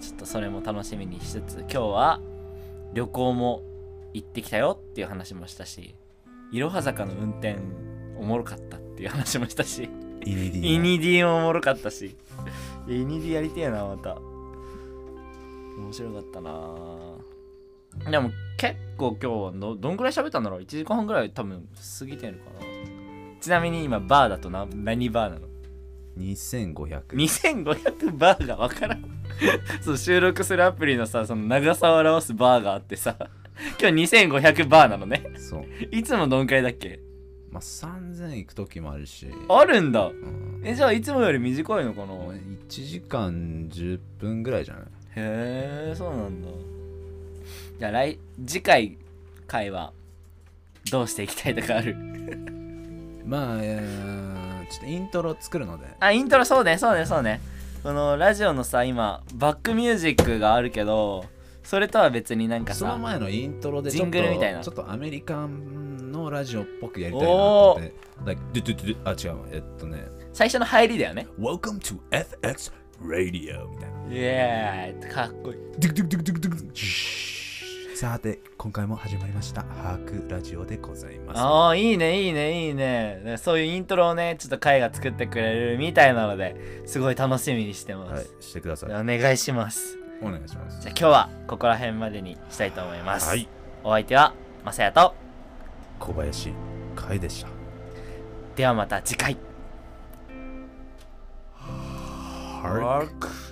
ちょっとそれも楽しみにしつつ今日は旅行も行ってきたよっていう話もしたしいろは坂の運転おもろかったっていう話もしたし
イニディ
イニディもおもろかったしいやイニディやりてえなまた面白かったなでも結構今日はどどんぐらい喋ったんだろう1時間半ぐらい多分過ぎてるかなちなみに今バーだとな何バーなの
2500
2500バーが分からんそう収録するアプリのさその長さを表すバーがあってさ今日2500バーなのね
そう
いつもどんくらいだっけ
まあ3000いく時もあるし
あるんだ
うん
えじゃあいつもより短いのかな
1時間10分ぐらいじゃない
へえそうなんだじゃあ来次回回はどうしていきたいとかある
まあ、えーちょっとイントロ作るので
あイントロそうねそうねそうねこのラジオのさ今バックミュージックがあるけどそれとは別になんか
その
さ
前のイントロでち
ジ
ょ
ン
っ
グ
と
ルみたいな
ちょっとアメリカンのラジオっぽくやりたいなと思ってなんかドゥドゥドゥあ違うわえっとね
最初の入りだよね
Welcome to FX Radio みたい
イ
な
エーイかっこいい
ドゥドゥドゥドゥドゥドゥさて今回も始まりましたハークラジオでございま
ああいいねいいねいいねねそういうイントロをねちょっと海が作ってくれるみたいなのですごい楽しみにして
す
ま
はい
す、
してください
お願いします
お願いします
じゃあ今日はここら辺までにしたいと思います、
はい
お相手はまさやと
小林海でした
ではまた次回
Hark